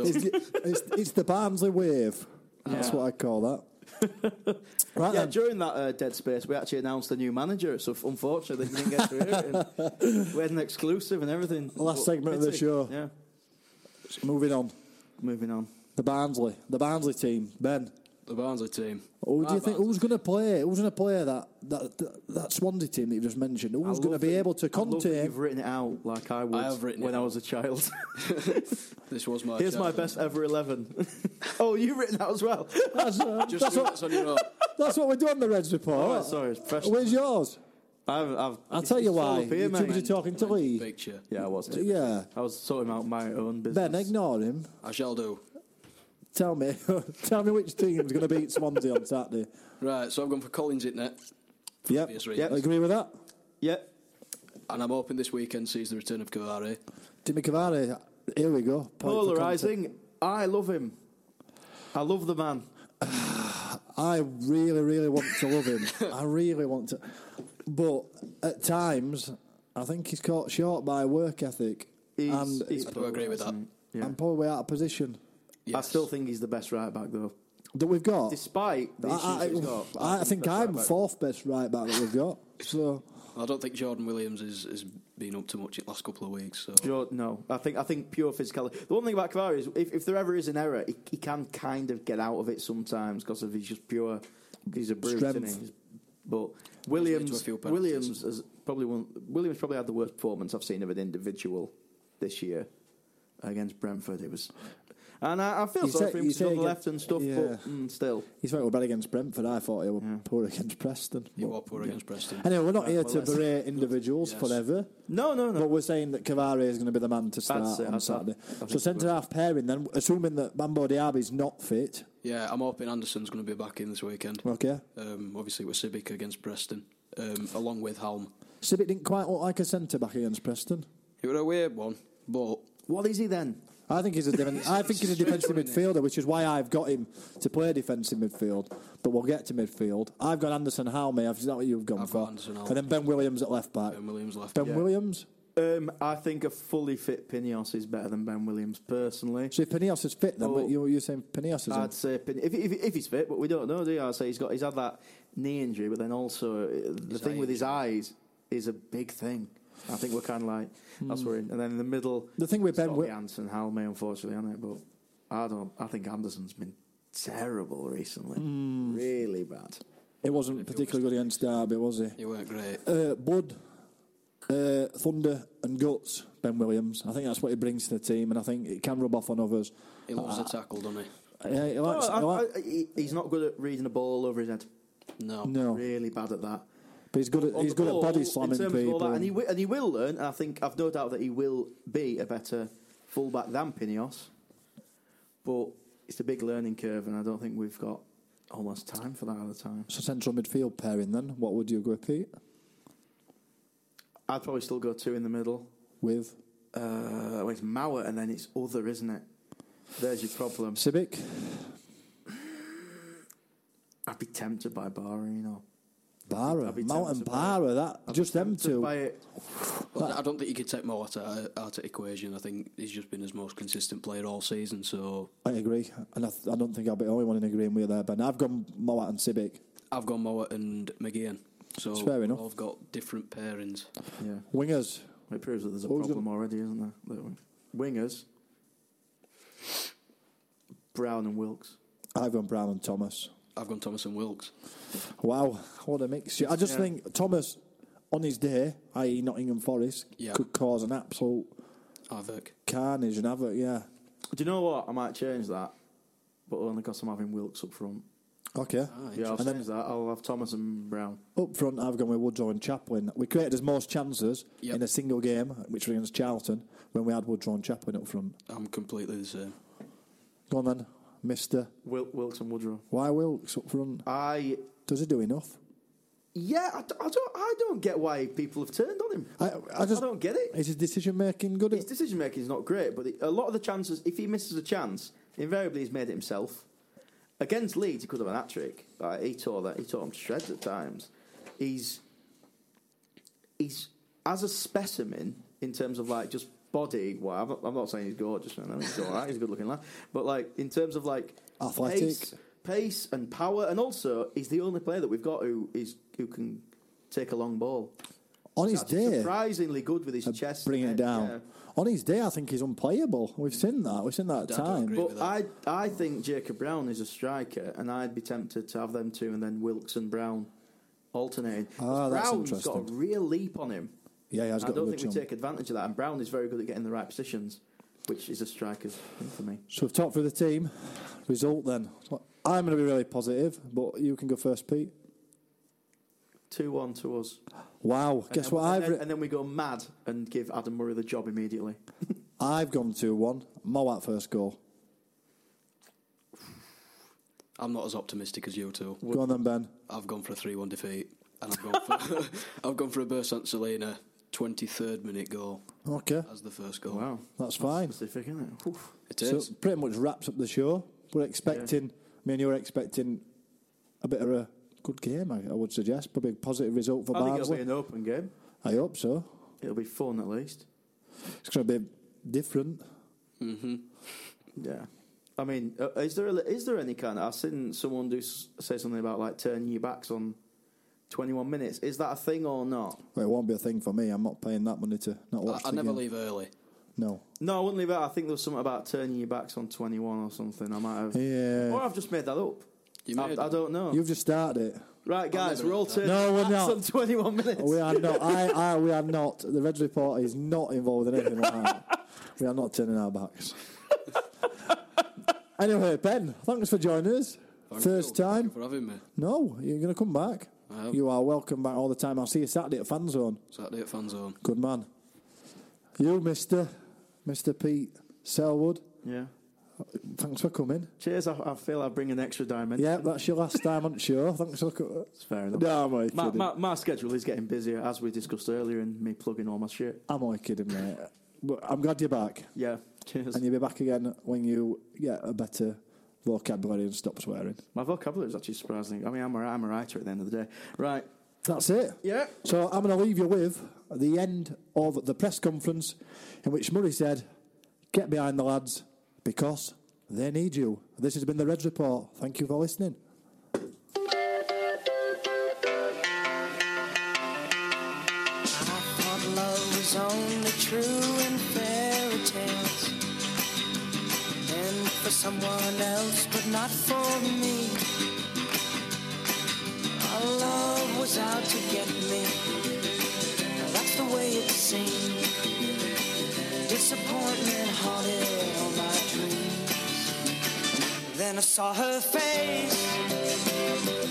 Speaker 7: it's, it's the Barnsley wave. That's
Speaker 9: Yeah.
Speaker 7: what I call that. Right
Speaker 9: yeah, during that uh, dead space, we actually announced a new manager. So unfortunate that you didn't get through it. And we had an exclusive and everything. But
Speaker 7: Last segment of the
Speaker 9: pity.
Speaker 7: show.
Speaker 9: Yeah,
Speaker 7: Moving on.
Speaker 9: Moving on.
Speaker 7: The Barnsley. The Barnsley team. Ben.
Speaker 12: The Barnsley team.
Speaker 7: Who do
Speaker 12: My
Speaker 7: you think who's going to play? Who's going to play that, that that that Swansea team that you just mentioned? Who's going to be able to
Speaker 9: I love that
Speaker 7: contain?
Speaker 9: You've written it out like I would
Speaker 12: I have written
Speaker 9: when
Speaker 12: it
Speaker 9: I
Speaker 12: out.
Speaker 9: was a child.
Speaker 12: This was my.
Speaker 9: Here's my
Speaker 12: childhood.
Speaker 9: best ever 11. oh, you've written that as well.
Speaker 7: That's, uh,
Speaker 12: Just
Speaker 7: that's
Speaker 12: do
Speaker 7: what-
Speaker 12: this on your own.
Speaker 7: That's what we do on the Reds report.
Speaker 9: All right, sorry, it's professional.
Speaker 7: Where's yours?
Speaker 9: I've, I've,
Speaker 7: I'll tell
Speaker 9: it's
Speaker 7: you
Speaker 9: all
Speaker 7: why.
Speaker 9: up here,
Speaker 7: You're too
Speaker 9: mate.
Speaker 7: busy talking to Lee.
Speaker 12: Picture.
Speaker 9: Yeah, I was too.
Speaker 7: Uh, Yeah.
Speaker 9: I was sorting out my own business.
Speaker 7: Ben, ignore him.
Speaker 12: I shall do.
Speaker 7: Tell me, tell me which team's going to beat Swansea on Saturday.
Speaker 12: Right, so I've gone for Collins it net,
Speaker 7: Yep.
Speaker 12: obvious
Speaker 7: yep.
Speaker 12: reasons.
Speaker 7: Agree with that.
Speaker 9: Yep.
Speaker 12: and I'm hoping this weekend sees the return of Cavare.
Speaker 7: Timmy Cavani. Here we go. Point for content.
Speaker 9: Polarizing. I love him. I love the man.
Speaker 7: I really, really want to love him. I really want to, but at times I think he's caught short by work ethic,
Speaker 9: He's,
Speaker 7: and
Speaker 9: he's
Speaker 12: Um, I do agree with that.
Speaker 9: yeah.
Speaker 7: I'm probably out of position
Speaker 9: I Um, still think he's the best right back though,
Speaker 7: that we've got.
Speaker 9: despite the issues
Speaker 7: Oh. I,
Speaker 9: he's got.
Speaker 7: I- I think I'm fourth best right back that we've got. So
Speaker 12: I don't think Jordan Williams has, has been up to much in the last couple of weeks. So
Speaker 9: Sure, no, I think I think pure physicality. The one thing about Cavani is if, if there ever is an error, he, he can kind of get out of it sometimes because of his just pure. He's a brute, isn't
Speaker 7: Strength.
Speaker 9: he? But
Speaker 12: He's made
Speaker 9: Williams,
Speaker 12: to a few penalties.
Speaker 9: Williams has probably one, Williams probably had the worst performance I've seen of an individual this year against Brentford. It was, and I, I feel
Speaker 7: You
Speaker 9: sorry
Speaker 7: say-
Speaker 9: for
Speaker 7: you
Speaker 9: him because
Speaker 7: say
Speaker 9: on the
Speaker 7: again-
Speaker 9: left and stuff,
Speaker 7: yeah.
Speaker 9: but mm, still,
Speaker 7: he's very well bad against Brentford. I thought he was poor against Preston.
Speaker 12: you
Speaker 7: But-
Speaker 12: are poor against Preston. Uh,
Speaker 7: Anyway, we're not here
Speaker 9: well,
Speaker 7: to
Speaker 9: that's-
Speaker 7: berate individuals forever,
Speaker 9: no, no, no.
Speaker 7: but we're saying that Cavani is going to be the man to start
Speaker 9: That's it,
Speaker 7: on
Speaker 9: that's-
Speaker 7: Saturday.
Speaker 9: I think
Speaker 7: So
Speaker 9: it's
Speaker 7: centre half pairing then, assuming that Bambo Diaby's not fit.
Speaker 12: Yeah, I'm hoping Anderson's going to be back in this weekend.
Speaker 7: Okay,
Speaker 12: Um, obviously, with Sibic against Preston, um, along with Halm.
Speaker 7: Sibbett didn't quite look like a centre back against Preston.
Speaker 12: It was a weird one, but
Speaker 9: What is he then?
Speaker 7: I think he's a defen- I think he's a defensive midfielder, which is why I've got him to play defensive midfield. But we'll get to midfield. I've got Anderson Halme. I've- Is that what you've gone
Speaker 12: I've
Speaker 7: for?
Speaker 12: got Anderson Halme.
Speaker 7: and then Ben Williams at left back.
Speaker 12: Ben Williams left.
Speaker 7: Ben
Speaker 12: Yeah.
Speaker 7: Williams.
Speaker 9: Um, I think a fully fit Pineos is better than Ben Williams personally.
Speaker 7: So if Penios is fit, then
Speaker 9: Oh. Uh,
Speaker 7: but you, you're saying Penios is. in.
Speaker 9: I'd say Pin- if, if, if he's fit, but we don't know, do you? I'd say he's got he's had that knee injury, but then also uh, the thing
Speaker 12: eye
Speaker 9: with his eyes is a big thing. I think we're kind of like
Speaker 12: Hmm.
Speaker 9: that's where, in. and then in the middle,
Speaker 7: The thing with
Speaker 9: it's
Speaker 7: Ben
Speaker 9: gotta
Speaker 7: Wi-
Speaker 9: be Anderson Halme, unfortunately, on it, but I don't. I think Anderson's been terrible recently, really bad.
Speaker 7: Hmm. It wasn't particularly good against Derby, was he?
Speaker 12: you weren't great.
Speaker 7: Uh, Bud, uh, Thunder, and Guts. Ben Williams. I think that's what he brings to the team, and I think it can rub off on others. Uh,
Speaker 12: He loves a tackle, doesn't
Speaker 7: Yeah, he likes-
Speaker 9: No, I-
Speaker 7: he like-
Speaker 9: I- he- he's not good at reading a ball over his head.
Speaker 12: he? No.
Speaker 7: no,
Speaker 9: Really bad at that.
Speaker 7: but he's good at
Speaker 9: on
Speaker 7: he's
Speaker 9: the
Speaker 7: good
Speaker 9: ball,
Speaker 7: at body
Speaker 9: in
Speaker 7: slamming
Speaker 9: terms of all
Speaker 7: people.
Speaker 9: that, and, he wi- and he will learn. And I think I've no doubt that he will be a better fullback than Pinios. But it's a big learning curve, and I don't think we've got almost time for that at the time.
Speaker 7: So central midfield pairing then. What would you go with, Pete?
Speaker 9: I'd probably still go two in the middle.
Speaker 7: With
Speaker 9: Uh, well, it's Mauer, and then it's other, isn't it? There's your problem.
Speaker 7: Sibic?
Speaker 9: I'd be tempted by Barino.
Speaker 7: Barra.
Speaker 9: I'd be
Speaker 7: Mount and
Speaker 9: tempted by
Speaker 7: Barra, that just them two.
Speaker 9: By it,
Speaker 12: But I don't think you could take Mo out of, out of equation. I think he's just been his most consistent player all season. So
Speaker 7: I agree. And I, th- I don't think I'll be the only one in agreeing with you there, Ben. I've gone Mowat and Sibic.
Speaker 12: I've gone Mowat and McGeehan. So
Speaker 7: It's fair enough.
Speaker 12: I've got different pairings.
Speaker 9: yeah,
Speaker 7: Wingers.
Speaker 9: it proves that there's a
Speaker 7: Who's
Speaker 9: problem already, isn't there? Look, Wingers, Brown and Wilkes.
Speaker 7: I've gone Brown and Thomas.
Speaker 12: I've gone Thomas and Wilkes.
Speaker 7: Wow, what a mixture. I just
Speaker 9: Yeah.
Speaker 7: think Thomas, on his day, i.e. Nottingham Forest,
Speaker 12: Yeah.
Speaker 7: could cause an absolute
Speaker 12: Havoc.
Speaker 7: Carnage and Havoc, yeah.
Speaker 9: Do you know what? I might change that, but only because I'm having Wilkes up front.
Speaker 7: Okay.
Speaker 12: Ah,
Speaker 9: yeah, I'll
Speaker 7: and then
Speaker 9: change that. I'll have Thomas and Brown.
Speaker 7: up front, I've gone with Woodrow and Chaplin. We created as most chances
Speaker 9: Yep.
Speaker 7: in a single game, which was against Charlton, when we had Woodrow and Chaplin up front.
Speaker 12: I'm completely the same.
Speaker 7: Go on then, Mister.
Speaker 9: Wil- Wilkes and Woodrow.
Speaker 7: Why Wilkes up front?
Speaker 9: I
Speaker 7: does he do enough?
Speaker 9: Yeah, I, d- I don't. I don't get why people have turned on him.
Speaker 7: I, I just
Speaker 9: don't get it.
Speaker 7: Is his decision making good?
Speaker 9: His decision making is not great, but the, a lot of the chances, if he misses a chance, invariably he's made it himself. Against Leeds, he could have an hat trick. Like, he tore that. He tore him to shreds at times. He's he's as a specimen in terms of like just body. Well, I'm not, I'm not saying he's gorgeous. Man. I mean, he's all right. He's a good looking lad. But like in terms of like
Speaker 7: Athletic.
Speaker 9: pace, pace and power, and also he's the only player that we've got who is who can take a long ball.
Speaker 7: On
Speaker 9: He's
Speaker 7: his
Speaker 9: actually
Speaker 7: day,
Speaker 9: surprisingly good with his chest.
Speaker 7: bringing it
Speaker 9: and-
Speaker 7: down.
Speaker 9: yeah.
Speaker 7: On his day, I think he's unplayable. We've seen that. We've seen that at time.
Speaker 9: But I, I think Jacob Brown is a striker, and I'd be tempted to have them two, and then Wilkes and Brown alternating. 'Cause
Speaker 7: Ah, that's
Speaker 9: Brown's got a
Speaker 7: interesting.
Speaker 9: real leap on him.
Speaker 7: Yeah, yeah, he's
Speaker 9: I
Speaker 7: got a
Speaker 9: don't
Speaker 7: good
Speaker 9: think
Speaker 7: jump.
Speaker 9: we take advantage of that. And Brown is very good at getting the right positions, which is a striker's thing for me.
Speaker 7: So we've talked through the team result. Then I'm going to be really positive, but you can go first, Pete.
Speaker 9: Two one to us.
Speaker 7: Wow!
Speaker 9: And
Speaker 7: Guess
Speaker 9: then-
Speaker 7: what?
Speaker 9: and
Speaker 7: I've
Speaker 9: then,
Speaker 7: written.
Speaker 9: and then we go mad and give Adam Murray the job immediately.
Speaker 7: I've gone 2 1. Mowat first goal.
Speaker 12: I'm not as optimistic as you two.
Speaker 7: Go on then, Ben.
Speaker 12: I've gone for a three-one defeat, and I've gone for I've gone for a Bursan Selena twenty-third minute goal
Speaker 7: Okay.
Speaker 12: as the first goal.
Speaker 9: Wow,
Speaker 7: That's fine.
Speaker 9: specific, isn't it? Oof.
Speaker 12: it
Speaker 7: So
Speaker 12: is.
Speaker 7: pretty much wraps up the show. We're expecting, I mean, you were expecting a bit of a good game, I, I would suggest. Probably a positive result for
Speaker 9: I think it'll be
Speaker 7: Barnsley.
Speaker 9: an open game.
Speaker 7: I hope so.
Speaker 9: It'll be fun at least.
Speaker 7: It's going to be different.
Speaker 12: hmm
Speaker 9: Yeah. I mean, uh, is there a, is there any kind of? I've seen someone do s- say something about like turning your backs on twenty one minutes. Is that a thing or not?
Speaker 7: Well, it won't be a thing for me. I'm not paying that money to not watch
Speaker 12: I, I
Speaker 7: the
Speaker 12: never
Speaker 7: game.
Speaker 12: leave early.
Speaker 7: No.
Speaker 9: No, I wouldn't leave out. I think there was something about turning your backs on twenty one or something. I might have,
Speaker 7: Yeah.
Speaker 9: or I've just made that up.
Speaker 12: You
Speaker 9: I,
Speaker 12: made
Speaker 9: I don't know.
Speaker 7: You've just started it.
Speaker 9: Right, guys, we're all turning
Speaker 7: No,
Speaker 9: our
Speaker 7: we're
Speaker 9: backs
Speaker 7: not.
Speaker 9: on twenty one minutes.
Speaker 7: We are not. I, I, we are not. The Reds report is not involved in anything like that. We are not turning our backs. anyway, Ben, thanks for joining us.
Speaker 12: Thank
Speaker 7: First
Speaker 12: you.
Speaker 7: time.
Speaker 12: Thank you for having me.
Speaker 7: No, you're going to come back.
Speaker 12: I am.
Speaker 7: You are welcome back all the time. I'll see you Saturday at Fan Zone.
Speaker 12: Saturday at Fan Zone.
Speaker 7: Good man. You, Mister, Mister Pete Selwood.
Speaker 9: Yeah.
Speaker 7: Thanks for coming.
Speaker 9: Cheers. I, I feel I bring an extra diamond.
Speaker 7: Yeah, that's your last time on the show. Thanks for coming.
Speaker 9: It's fair enough.
Speaker 7: No, I'm only
Speaker 9: My,
Speaker 7: kidding.
Speaker 9: my, my schedule is getting busier, as we discussed earlier, and me plugging all my shit.
Speaker 7: I'm only kidding, mate. But I'm glad you're back,
Speaker 9: Yeah, cheers.
Speaker 7: and you'll be back again when you get a better vocabulary and stop swearing.
Speaker 9: My vocabulary is actually surprising. I mean, I'm a, I'm a writer at the end of the day. Right.
Speaker 7: That's it.
Speaker 9: Yeah.
Speaker 7: So I'm going to leave you with the end of the press conference in which Murray said, Get behind the lads because they need you. This has been the Reds Report. Thank you for listening.
Speaker 10: thought love was only true in fairy tales and for someone else, but not for me. Our love was out to get me. That's the way it seemed. Disappointment haunted all my dreams. Then I saw her face.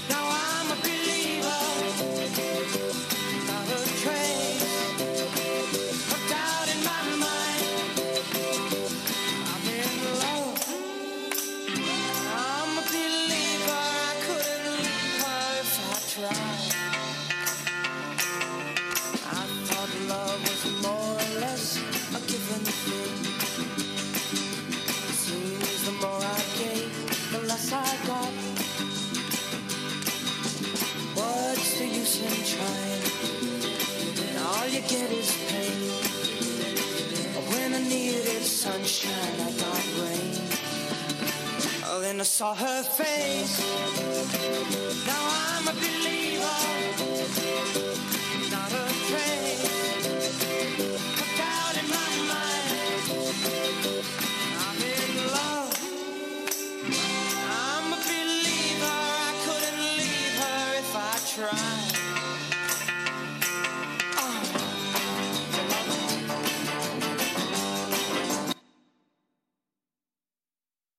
Speaker 10: Now I'm a believer. Not a trace of doubt in my mind. I'm in love. I'm a believer. I couldn't leave her if I tried. I thought love was more or less a given thing. Seems the more I gave, the less I got. What's the use in trying? All you get is pain. When I needed sunshine, I got rain. Oh, then I saw her face. Now I'm a believer. Not a trace of doubt in my mind. I'm in love. I'm a believer. I couldn't leave her if I tried.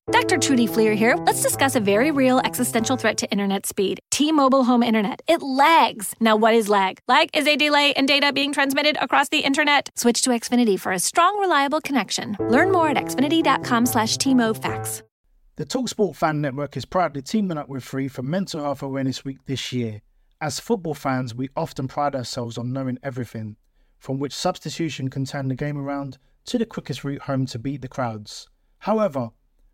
Speaker 15: Dr. Trudy Fleer here. Let's discuss a very real existential threat to internet speed T Mobile Home Internet. It lags. Now, what is lag? Lag is a delay in data being transmitted across the internet. Switch to Xfinity for a strong, reliable connection. Learn more at xfinity.com slash Facts.
Speaker 4: The Talksport Fan Network is proudly teaming up with Free for Mental Health Awareness Week this year. As football fans, we often pride ourselves on knowing everything, from which substitution can turn the game around to the quickest route home to beat the crowds. However,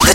Speaker 16: The